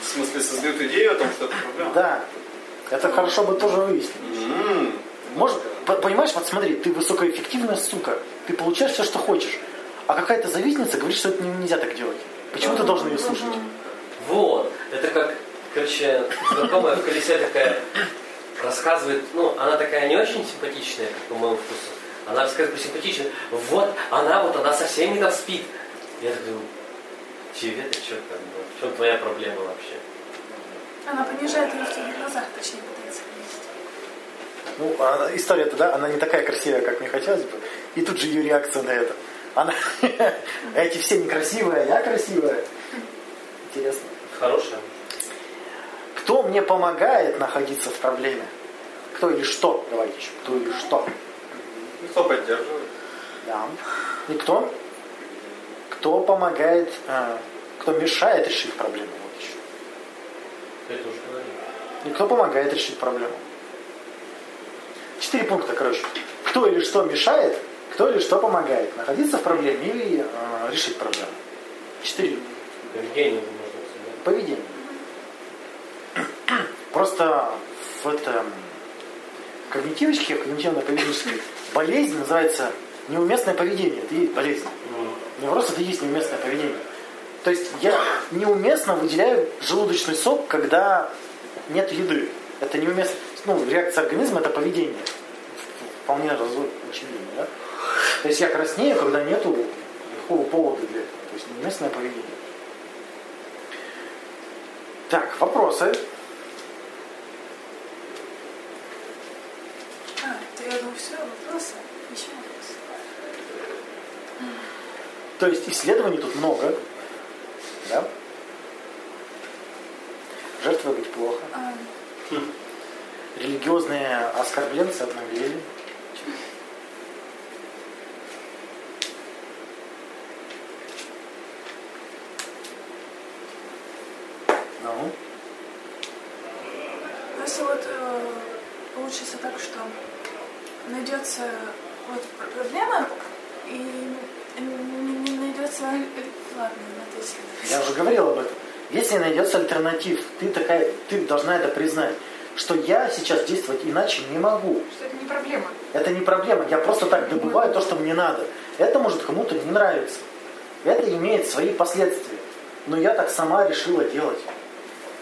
В смысле, создают идею о том, что это проблема?
Да. Это хорошо бы тоже выяснить.
М,
Может, по- понимаешь, вот смотри, ты высокоэффективная сука, ты получаешь все, что хочешь. А какая-то завистница говорит, что это не- нельзя так делать. Почему ты должен ее слушать?
Вот. Это как, короче, знакомая в колесе такая рассказывает, ну, она такая не очень симпатичная, как по моему вкусу. Она рассказывает про симпатичную. Вот, она вот, она совсем не спит. Я так думаю, тебе это что там, ну, в чем твоя проблема вообще?
Она понижает ее в твоих глазах, точнее пытается понизить.
Ну, а она- история-то, да, она не такая красивая, как мне хотелось бы. И тут же ее реакция на это. Она, <laughs> эти все некрасивые, а я красивая. Интересно.
Хорошая?
Кто мне помогает находиться в проблеме? Кто или что? Давайте еще. Кто или что?
ну, Кто поддерживает?
Да. И кто? Кто помогает, э, кто мешает решить проблему? Вот еще.
Ты это уже говорил.
И кто помогает решить проблему? Четыре пункта, короче. Кто или что мешает, кто или что помогает. Находиться в проблеме или э, решить проблему. Четыре.
Поведение можно обсуждать.
Поведение. <clears throat> Просто в этом когнитивочке, в когнитивно-поведенческой болезнь называется неуместное поведение. Это и есть болезнь. Невроз это и есть неуместное поведение. То есть я неуместно выделяю желудочный сок, когда нет еды. Это неуместно. Ну, реакция организма это поведение. Вполне разу- очевидно, да? То есть я краснею, когда нету никакого повода для этого. То есть неуместное поведение. Так, вопросы.
А, то я думаю, все, вопросы. Еще вопросы.
То есть исследований тут много. Да? Жертвы быть плохо. Хм.
А,
Религиозные оскорбленцы обнаглели. Ну,
Ну, Если вот э, получится так, что найдется вот пр- проблема, и н- не найдется... Ладно, не ответила.
я уже говорил об этом. Если найдется альтернатив, ты такая, ты должна это признать, что я сейчас действовать иначе не могу.
Что это не проблема.
Это не проблема. Я просто так добываю то, что мне надо. Это может кому-то не нравится. Это имеет свои последствия. Но я так сама решила делать.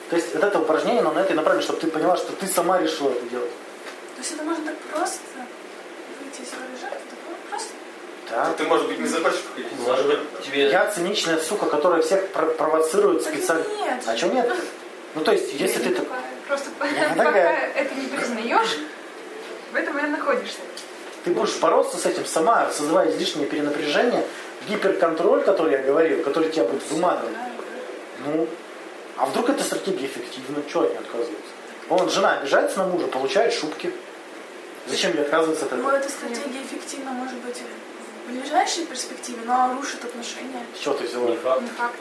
То есть вот это упражнение нам на это и направлено, чтобы ты поняла, что ты сама решила это делать.
То есть это можно так просто выйти из роли жертвы, так вот просто
Да.
Ты, может быть, не захочешь выходить?
Может быть, тебе...
ну, Я циничная сука, которая всех про- провоцирует специально.
Так нет.
А что нет? Ну то есть, если ты... так-
Просто <laughs>
такая.
пока это не признаешь, в этом и находишься.
Ты будешь бороться с этим сама, создавая излишнее перенапряжение, гиперконтроль, который я говорил, который тебя будет выматывать. Ну, а вдруг эта стратегия эффективна? Чего от нее отказываться? Вон, жена обижается на мужа, получает шубки. Зачем ей отказываться от
Ну,
этого?
эта стратегия эффективна, может быть, в ближайшей перспективе, но рушит отношения.
С чего ты взяла?
Не факт.
Не факт.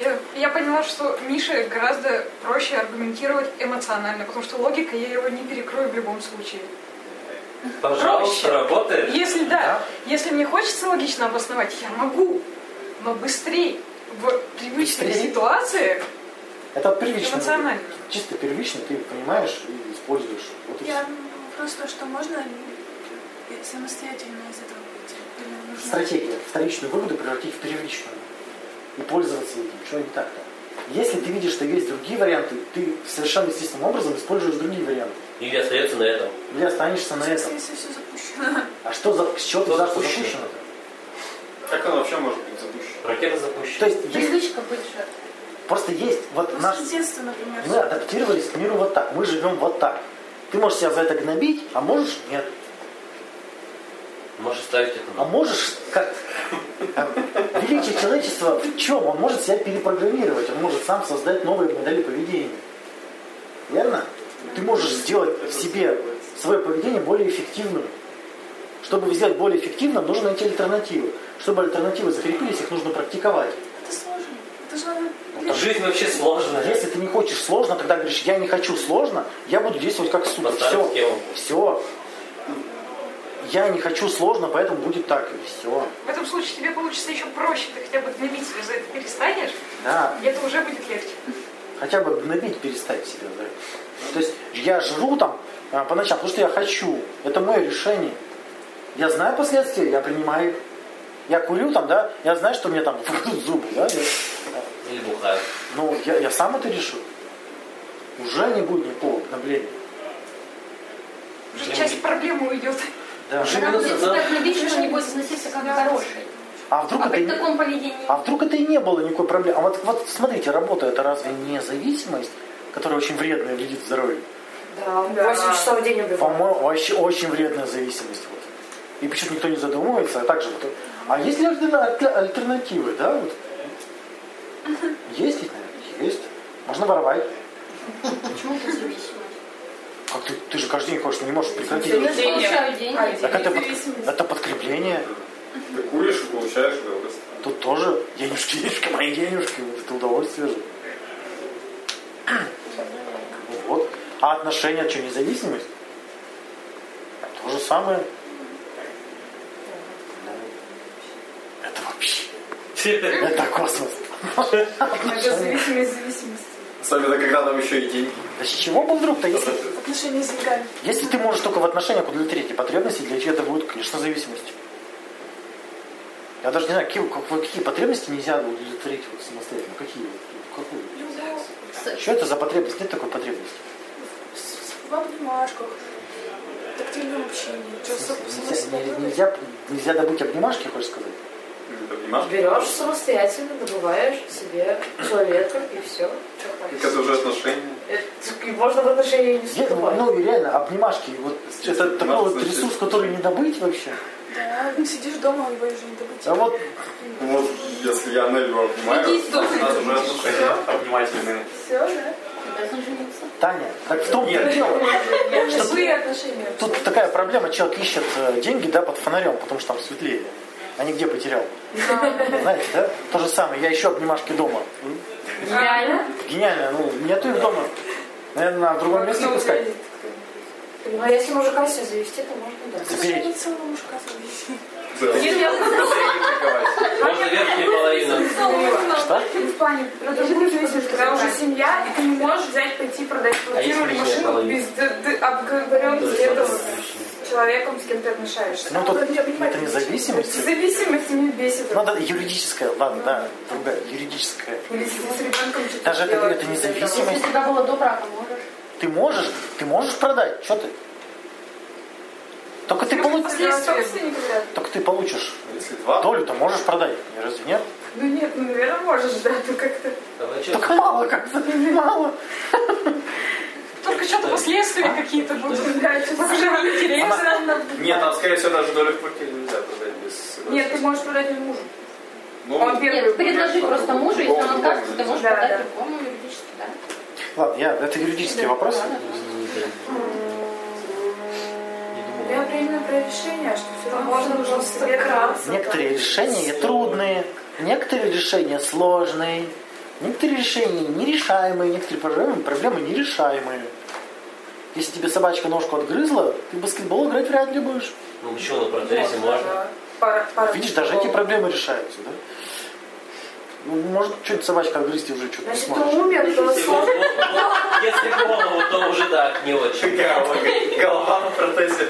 Я, я поняла, что Мише гораздо проще аргументировать эмоционально, потому что логика я его не перекрою в любом случае.
Пожалуйста,
Проще.
работаешь?
Если да, если мне хочется логично обосновать, я могу, но быстрее в привычной
Быстрее?
ситуации
Это первично.
эмоционально.
Чисто первично ты понимаешь и используешь. Вот и
Я
все.
просто, что можно ли самостоятельно из этого выйти? Или нужно-
Стратегия. Вторичную выгоду превратить в первичную. И пользоваться этим. Чего не так-то? Если ты видишь, что есть другие варианты, ты совершенно естественным образом используешь другие варианты.
Или остается на этом?
Или останешься на этом.
Если все запущено.
А что за... С чего ты
Что
за что
запущено?
запущено?
Как оно вообще может быть запущено?
Ракета
То
запущена.
есть, есть-
Привычка больше.
просто есть вот наш...
После детства, например.
Мы адаптировались к миру вот так. Мы живем вот так. Ты можешь себя за это гнобить, а можешь нет.
Можешь ставить это
А
на...
можешь как? А Величие человечества в чем? Он может себя перепрограммировать, он может сам создать новые модели поведения. Верно? Ты можешь сделать в себе свое поведение более эффективным. Чтобы сделать более эффективным, нужно найти альтернативы. Чтобы альтернативы закрепились, их нужно практиковать.
Это сложно. Это же надо
Жизнь вообще сложная.
Если ты не хочешь сложно, тогда говоришь, я не хочу сложно, я буду действовать как супер.
По
Все.
старым схемам.
Все. Я не хочу сложно, поэтому будет так. И все.
В этом случае тебе получится еще проще, ты хотя бы гнобить себя за это перестанешь,
Да.
и это уже будет легче.
хотя бы гнобить перестать себя. да. То есть я жру там а, по ночам, потому что я хочу. Это мое решение. Я знаю последствия, я принимаю их. Я курю там, да, я знаю, что мне там выпадут зубы, да. я-
Или бухают.
Но я, я сам это решу. Уже не будет никакого гнобления.
Уже часть проблемы уйдет.
Да.
Уже
Она будет
минута, да.
себя гнобить, что не будет относиться как к хорошей.
А вдруг
А
это
при
не-
таком поведении
А вдруг это и не было никакой проблемы? А вот, вот смотрите, работа это разве не зависимость, которая очень вредная вредит здоровью?
Да, 8 часов в день убиваю.
По-моему, вообще очень вредная зависимость. Вот. И почему никто не задумывается, а также вот. А есть ли альтерна- альтер- альтернативы, да? Вот. Есть ведь, наверное, есть. Можно воровать.
почему это зависимость?
Как ты, ты же каждый день ходишь, не можешь прекратить.
Я же получаю
А,
А
деньги.
Так это, под- это подкрепление.
Ты куришь и получаешь удовольствие.
Тут тоже денежки, денежки, <laughs> мои денежки. Вот это удовольствие же. Вот. А отношения, что, независимость? То же самое. Ну, это вообще... Это космос.
зависимость зависимости.
Особенно, когда нам еще и деньги.
Да с чего бы вдруг-то? Если,
отношения с деньгами.
если ты можешь только в отношениях удовлетворить эти потребности, для тебя это будет, конечно, зависимость. Я даже не знаю, какие, как- какие потребности нельзя удовлетворить вот самостоятельно. Какие? Какую? Что это за потребность? Нет такой потребности.
В обнимашках, тактильном общении. Чё, со- Ну,
Нельзя,
самостоятельно.
нельзя, нельзя добыть обнимашки, хочешь сказать?
Ты понимаешь?
Берешь самостоятельно, добываешь себе человека и все.
Как это уже отношения.
Это, и можно в отношении не
Нет,
вступать.
ну и реально, обнимашки, вот это такой вот
значит.
ресурс, который не добыть вообще.
Да, сидишь дома, его уже не добыть.
А вот
Вот если я Нелю обнимаю,
Какие
у нас
стороны?
уже отношения обнимательные.
Все, да?
Должны жениться.
Таня, так в том
Нет.
дело.
Живые отношения.
Тут такая проблема, человек ищет э, деньги, да, под фонарем, потому что там светлее. А нигде потерял. Знаете, да? То же самое, я ищу обнимашки дома.
Реально?
Гениально, ну, нету их дома. Наверное, надо в другом месте
Ну,
искать.
Но если мужика себе завести, то можно да.
Заберите.
Совершенно целого мужика зависит.
Да.
А
Можно верхнюю половину.
Что?
В плане, это же лучше, если когда уже семья, и ты не можешь взять, пойти продать
если
квартиру или
нижняя
машину
половина?
без д- д- обговоренности этого с
Отлично.
человеком, с кем ты отношаешься.
Ну, тут это независимость.
Зависимость меня бесит.
Ну, да, юридическая, ладно, да, другая, юридическая.
Или с с ребенком что-то
Даже это,
делать
это
из
Если
этого.
у
независимость.
тебя было до брака, можешь.
Ты можешь, ты можешь продать, что ты? Только ты,
Может,
получ-
Для
последствия.
собственника, да.
только ты получишь
Если два, то
долю, то можешь продать. Разве нет?
Ну нет, ну, наверное, можешь, да, ты как-то...
Давай А чё?
Только мало как-то, мало.
Только что-то последствия какие-то будут. Да, что-то уже неинтересно.
Нет, там, скорее всего, даже долю в квартире нельзя продать без согласия.
Нет, ты можешь продать ее мужу.
Ну,
Он первый.
Нет, предложи просто мужу, если он откажется, ты можешь
Да,
продать
да.
другому юридически, да?
Ладно, я, это юридический вопрос.
Я примерно про решение, что все равно можно уже
Некоторые решения трудные, некоторые решения сложные. Некоторые решения нерешаемые, некоторые проблемы, проблемы нерешаемые. Если тебе собачка ножку отгрызла, ты в баскетбол играть вряд ли будешь.
Ну, еще на протезе можно.
Пара, пара
Видишь, даже эти проблемы решаются, да? Ну, может, что-нибудь собачка отгрызть и уже что-то не
Значит, ты
сможешь.
умер, то
Если
сложно.
голову, если голову, то уже так, не очень.
Голова на протезе.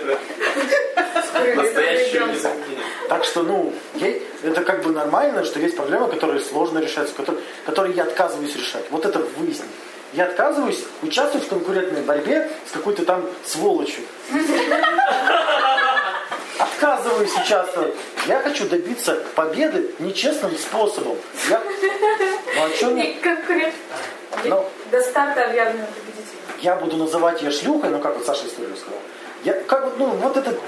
Настоящую не заменили.
Так что, ну, я- это как бы нормально, что есть проблемы, которые сложно решаются, которые, которые я отказываюсь решать. Вот это выясни. Я отказываюсь участвовать в конкурентной борьбе с какой-то там сволочью. Отказываюсь участвовать. Я хочу добиться победы нечестным способом. Я... Ну, а чё мне-
И конкурент
Ну,
до старта объявлено победителем.
я буду называть ее шлюхой, ну как вот Саша историю сказал. Я, как, вот, ну, вот это,
Так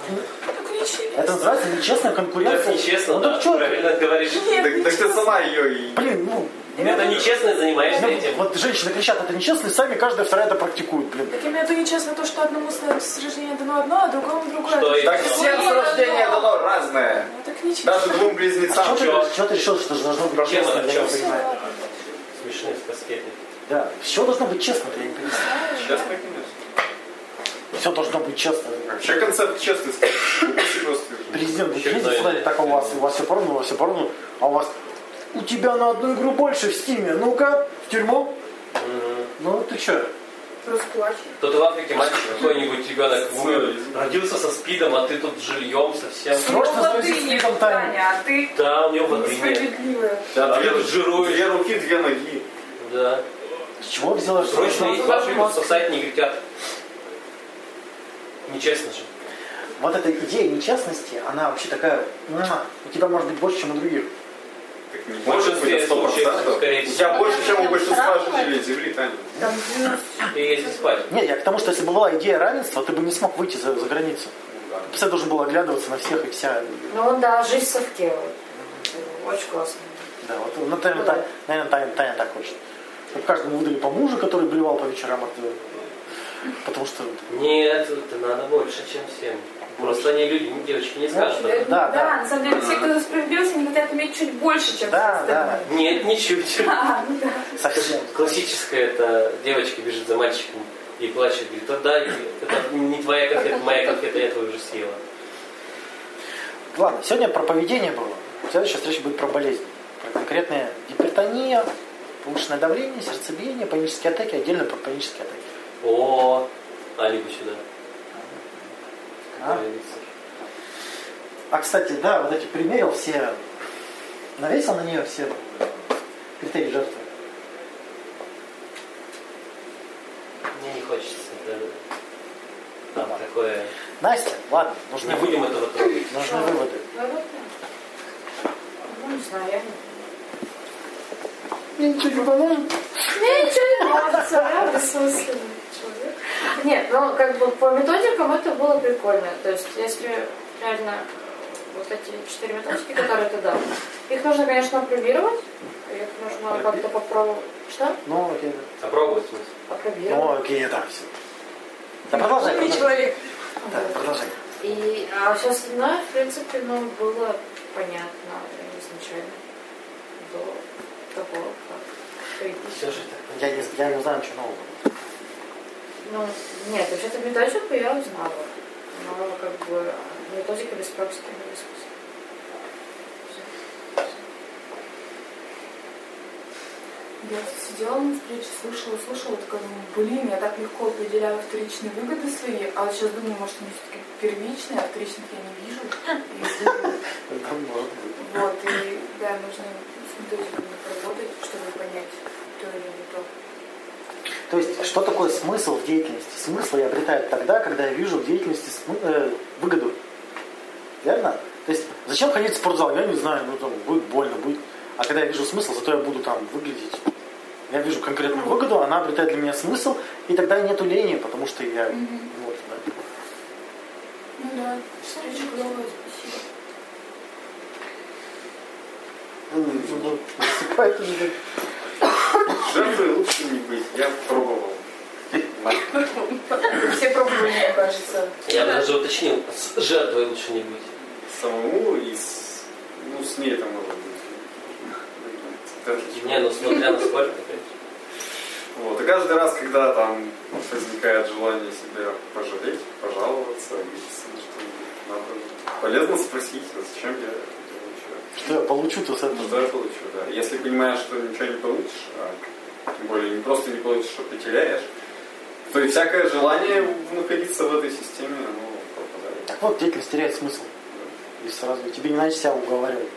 ничего.
это называется нечестная конкуренция.
Это нечестно,
Ну, так
да,
чё?
правильно говоришь.
Так так ты сама ее и...
Блин, ну,
Это нечестно, и занимаешься
Ну,
этим.
вот женщины кричат, это нечестно, и сами каждая вторая это практикует, блин.
Так именно это нечестно то, что одному с с рождения дано одно, а другому другое.
Что и-
Так всем с рождения дало разное.
Ну, Так нечестно.
Даже двум близнецам.
Что ты, А чё ты решил, что же должно быть
Чем
честно?
она,
Я не
чем?
Ну,
понимаю.
Смешные скаскеты.
Да, все должно быть честно, я не понимаю.
Честно, конечно.
Все должно быть честно.
Вообще концепт честности. Упаси Господи.
Президент будет
Чё
ездить
это
сюда,
я?
и так а у вас, у вас все поровну, у вас все поровну, а у вас... У тебя на одну игру больше в стиме. Ну-ка, в тюрьму. Ну ты че?
Тут в Африке мальчик какой-нибудь ребенок вы- родился со спидом, а ты тут с жильем совсем.
Срочно
Ну,
заводи
латынь,
слитом тайм.
Таня, а ты
Да, у него воды нет.
несправедливая.
Да,
А
две,
ты тут жируешь.
две руки, две ноги.
Да.
С чего взяла что?
Срочно
Ну,
идти в Африку спасать негритят. Нечестно же.
Вот эта идея нечестности, она вообще такая... муа, У тебя может быть больше, чем у других.
Так не
В
может
большинстве
быть, сто
случаев,
процентов.
скорее
У
всего.
тебя больше, чем у большинства
Сравнивать?
жителей Земли, Таня.
И ездить спать.
Нет, я к тому, что если бы была идея равенства, ты бы не смог выйти за, за границу.
Да.
Писать должен был оглядываться на всех и вся.
Ну да, жизнь в совке. Очень классно.
Да, вот, ну, наверное, Таня, наверное, Таня, Таня так хочет. Чтоб каждому выдали по мужу, который блевал по вечерам от... э, Потому что...
Нет, это надо больше, чем всем. Просто они люди, не девочки не скажут.
Э, Да,
этого.
да.
на самом деле, все, кто за справедливость, они хотят иметь чуть больше, чем
Да,
все
да,
остальные.
Нет, ничуть.
А, ну да.
совсем.
Классическая это девочка бежит за мальчиком и плачет, говорит, отдай, это не твоя конфета, моя конфета, я твою уже съела.
Ладно, сегодня про поведение было. Следующая встреча будет про болезнь. Про конкретные гипертония, повышенное давление, сердцебиение, панические атаки, отдельно про панические атаки.
О, Али бы сюда.
А?
Какой рыцарь.
А, кстати, да, вот эти примерил все, навесил на нее все критерии жертвы.
Мне не хочется. это- Там такое.
Настя, ладно, нужны
Не будем этого трогать.
Нужны выводы.
Ну, не знаю, я не
Мне ничего не поможет.
Мне ничего не нравится, я бессмысленный человек. Нет, ну как бы по методикам это было прикольно. То есть если реально э, вот эти четыре методики, которые ты дал, их нужно, конечно, апробировать. Их нужно как-то попробовать. Что?
Ну, окей. да.
Попробовать, в смысле.
Апробировать.
Ну, окей, да, все. Да продолжай.
Умный
продолжай.
человек.
Да, продолжай.
И, а все остальное, в принципе, ну, было понятно изначально. До того, как ты
Все же так.
Я не, я не знаю ничего нового.
Ну, нет, вообще-то методику я узнала. Но как бы а, методика без практики не искусство.
Я сидела на встрече, слушала, слушала, такая думаю, блин, я так легко определяю вторичные выгоды свои, а вот сейчас думаю, может, они все-таки первичные, а вторичных я не вижу. И,
Да, может быть.
вот, и да, нужно с методиками поработать, чтобы понять, то или не то.
То есть, что такое смысл в деятельности? Смысл я обретаю тогда, когда я вижу в деятельности см- э, выгоду. Верно? То есть, зачем ходить в спортзал? Я не знаю, ну там будет больно, будет. А когда я вижу смысл, зато я буду там выглядеть. Я вижу конкретную выгоду, она обретает для меня смысл, и тогда нету лени, потому что я... Вот, да.
Ну да. Встреча клевая, спасибо.
Ну, засыпает уже, да.
Жертвы лучше не быть. Я пробовал.
Все пробовали, мне кажется.
Я бы даже уточнил, с жертвой лучше не быть.
Самому и с... Ну, с ней это может быть. ты отлично.
Не, ну смотря на сколько.
Вот. И каждый раз, когда там возникает желание себя пожалеть, пожаловаться, обидеться на что-нибудь, надо полезно спросить, а зачем я это делаю,
Что я получу-то с
что-
этого?
что я получу, да. Если понимаешь, что ничего не получишь, а тем более не просто не получишь, а потеряешь, то и всякое желание находиться в этой системе, оно <laughs> пропадает.
Так вот, деятельность теряет смысл. И сразу тебе не надо себя уговаривать.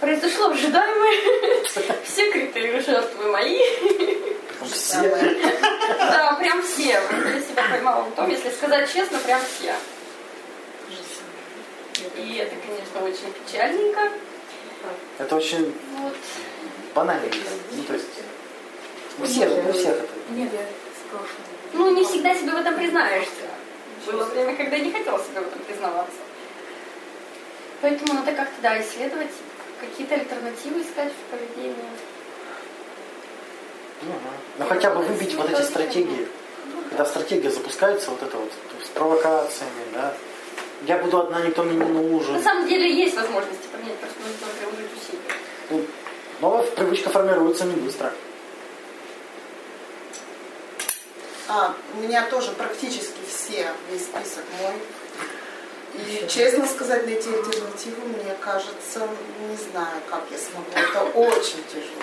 Произошло ожидаемое. <laughs> Все критерии жертвы мои.
Там все.
Да, прям все. Я себя поймала на том, если сказать честно, прям все. И это, конечно, очень печальненько.
Это очень
Вот.
банально. Ну, то есть, у всех, у всех это.
Нет, я с прошлого.
Ну, не всегда себе в этом признаешься. Было время, когда я не хотела себе в этом признаваться. Поэтому надо как-то, да, исследовать, какие-то альтернативы искать в поведении.
Ну, хотя бы выбить вот эти стратегии. Когда стратегия запускается, вот это вот, то есть с провокациями, да. Я буду одна, никто мне не
На
нужен.
самом деле есть возможности поменять, просто нужно приложить усилия.
Ну, Новая привычка формируется не быстро.
А, у меня тоже практически все, весь список мой. И, честно сказать, найти альтернативу, мне кажется, не знаю, как я смогу. Это очень тяжело.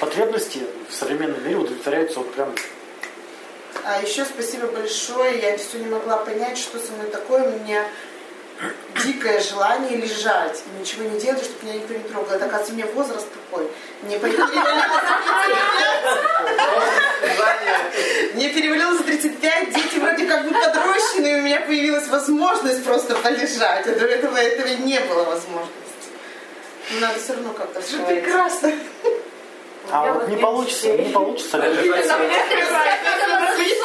Потребности в современном мире удовлетворяются вот прям
А еще спасибо большое. Я все не могла понять, что со мной такое. У меня дикое желание лежать и ничего не делать, чтобы меня никто не трогал. Это, оказывается, у меня возраст такой. Не Мне перевалило за 35, дети вроде как будто дрощены, и у меня появилась возможность просто полежать. А до этого этого не было возможности. Но надо все равно как-то
Это
вставать.
прекрасно.
А вот не получится, не получится.
Слышь,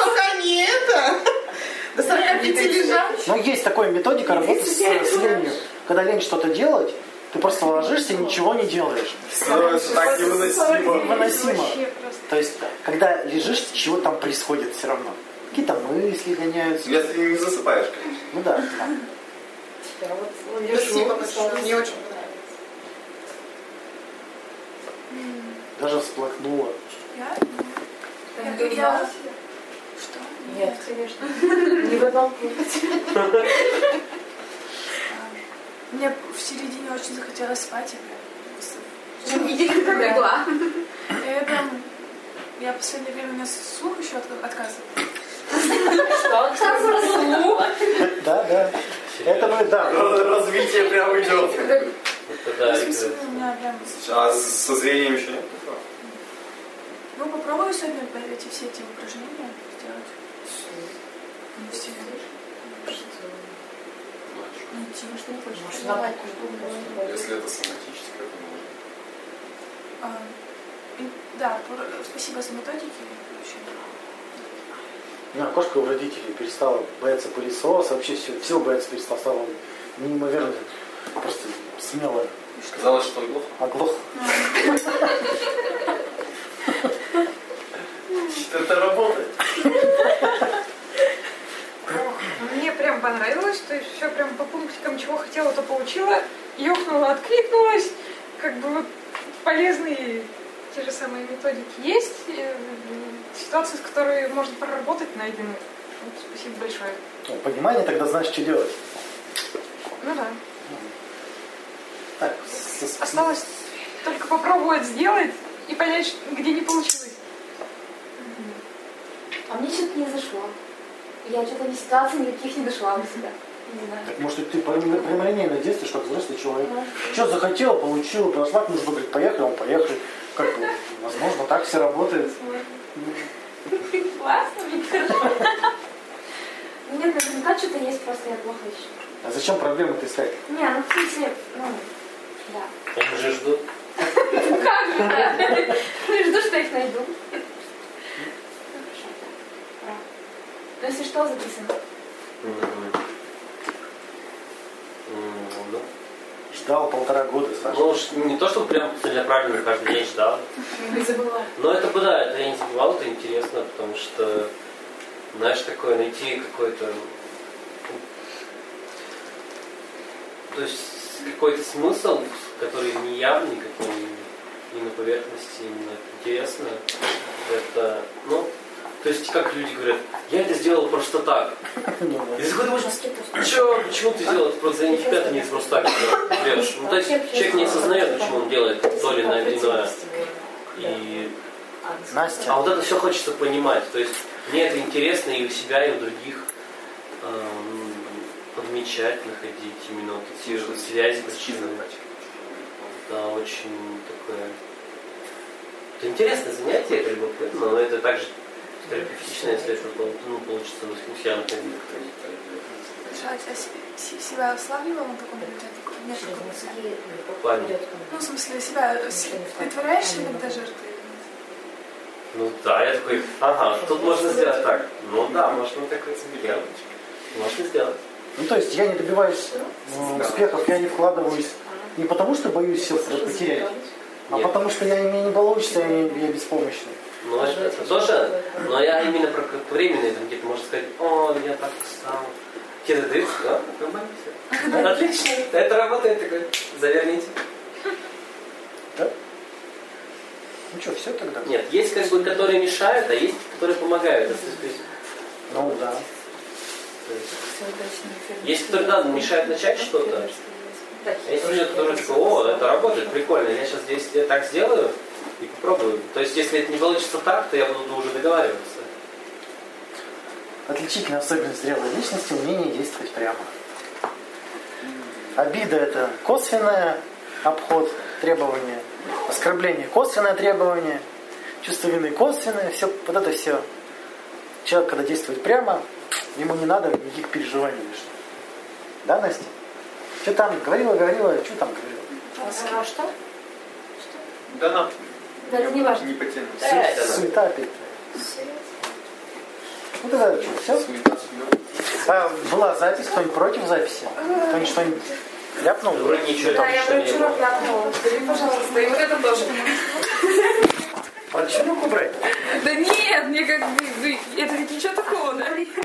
пока не это. До 45 лежать.
Но есть такая методика работы с, э, с ленью. Когда лень что-то делать, ты просто ложишься и ничего не делаешь.
Становится так невыносимо.
Невыносимо.
Вообще просто.
То есть, когда лежишь, чего там происходит все равно. Какие-то мысли гоняются.
Если не засыпаешь, конечно.
Ну да. да.
Ну, Спасибо большое. Мне очень понравилось.
Даже всплакнула.
Я?
Я
Я-
потерялась.
Что?
Нет, конечно.
Не в одном
Мне в середине очень захотелось спать. и
Ну, Единственное, как легла.
Я я прям... Я в последнее время у меня слух еще отка- отказывает.
Что? Сразу разлук.
Да, да. Это мы, да.
Раз- Развитие прям идет.
Это да,
В
это-
смысле, у меня прям...
А с- со зрением еще нет?
Ну, попробую сегодня эти все эти упражнения сделать. Ну, все.
Ну,
Найти.
а
Ну,
Если это соматическое, то можно.
А, и- Да, пор- спасибо за методики. Вообще.
У меня кошка у родителей перестала бояться пылесоса, вообще все, все бояться перестала, стала неимоверно, просто смело
Казалось, что он глух.
оглох.
Это работает.
Мне прям понравилось, что все прям по пунктикам, чего хотела, то получила. Ёхнула, откликнулась. Как бы вот полезные те же самые методики есть. э, Ситуации, с которой можно проработать, найдены. Вот, спасибо большое.
Ну, Понимание тогда знаешь, что делать.
Ну да.
Так, со- со-
Осталось только попробовать сделать и понять, ш- где не получилось.
А мне что-то не зашло. Я что-то не ситуации никаких не дошла у себя. Не знаю.
Так может ты прям- прямолинейно действуешь, как взрослый человек. Что захотел, получил, пошла к мужу, говорит, поехали, он поехали. Как бы, возможно, так все работает.
Классно, мне хорошо.
Ну, Нет, наверняка что-то есть, просто я плохо ищу.
А зачем проблемы-то искать?
Не, ну в смысле, ну, да.
Он уже ждут.
Как же, да? Ну и жду, что их найду.
Хорошо, да. Ура. Ну, если что, записано.
Мгм. М, ну.
Ждал полтора года, Саша.
Ну, уж не то, чтобы прям целенаправленно каждый день ждал.
Не забыла.
Но это бы, да, это я не забывал, это интересно, потому что знаешь, такое, найти какой-то... То есть какой-то смысл, который не явный, который не на поверхности, именно интересно. Это, ну, то есть как люди говорят, я это сделал просто так. И ты такой думаешь, «Чё, почему ты сделал это просто за нифига ты не просто так делаешь? Ну, то есть человек не осознает, почему он делает то или на иное. И
Настя.
а вот это все хочется понимать. То есть мне это интересно и у себя, и у других эм, подмечать, находить именно вот эти вот связи причины. Да, очень такое... Это интересное занятие, это любопытно, но это также терапевтично, если это пол- ну, получится ну, с я например.
Жаль, а се- се- себя ослабливала на таком бюджете? Нет, такого.
Ладно.
Ну, в смысле, себя с- притворяешь иногда жертвой?
Ну да, я такой, ага, тут можно сделать так. Ну да, можно так вот сделать. Можно сделать.
Ну, то есть я не добиваюсь м, успехов, я не вкладываюсь не потому, что боюсь сил своих потерять, а
Нет.
потому, что я, мне не получится, я, не- я беспомощный.
Ну, это, это тоже, но я именно про как временные, там где-то можно сказать, о, я так устал. Тебе задают, да, нормально все. Ну, Отлично, это работает, такой, заверните.
Да? Ну что, все тогда?
Нет, есть как бы, которые мешают, а есть, которые помогают. То есть, то есть,
Ну да.
то есть, есть, которые, да, мешают начать что-то. А есть люди, которые такой, о, это работает, прикольно, я сейчас 10 лет так сделаю и попробую. То есть, если это не получится так, то я буду уже договариваться.
Отличительная особенность зрелой личности – умение действовать прямо. Обида – это косвенное обход требования, оскорбление – косвенное требование, чувство вины – косвенное, все, вот это все. Человек, когда действует прямо, ему не надо никаких переживаний лишних. Да, Настя? Что там? Говорила, говорила, что там говорила?
А что?
Да, нам.
Да, это не важно.
Не потянулся.
Да, это надо.
Суета опять. Ну тогда что, все?
Суета, суета.
была запись, кто-нибудь против записи? Кто-нибудь что-нибудь ляпнул?
Вроде ничего
Да,
там
я
что
про
не было.
чурок ляпнула. Убери, пожалуйста, и вот это тоже.
А чё руку брать?
Да нет, мне как бы... вы- Это ведь ничего такого, да?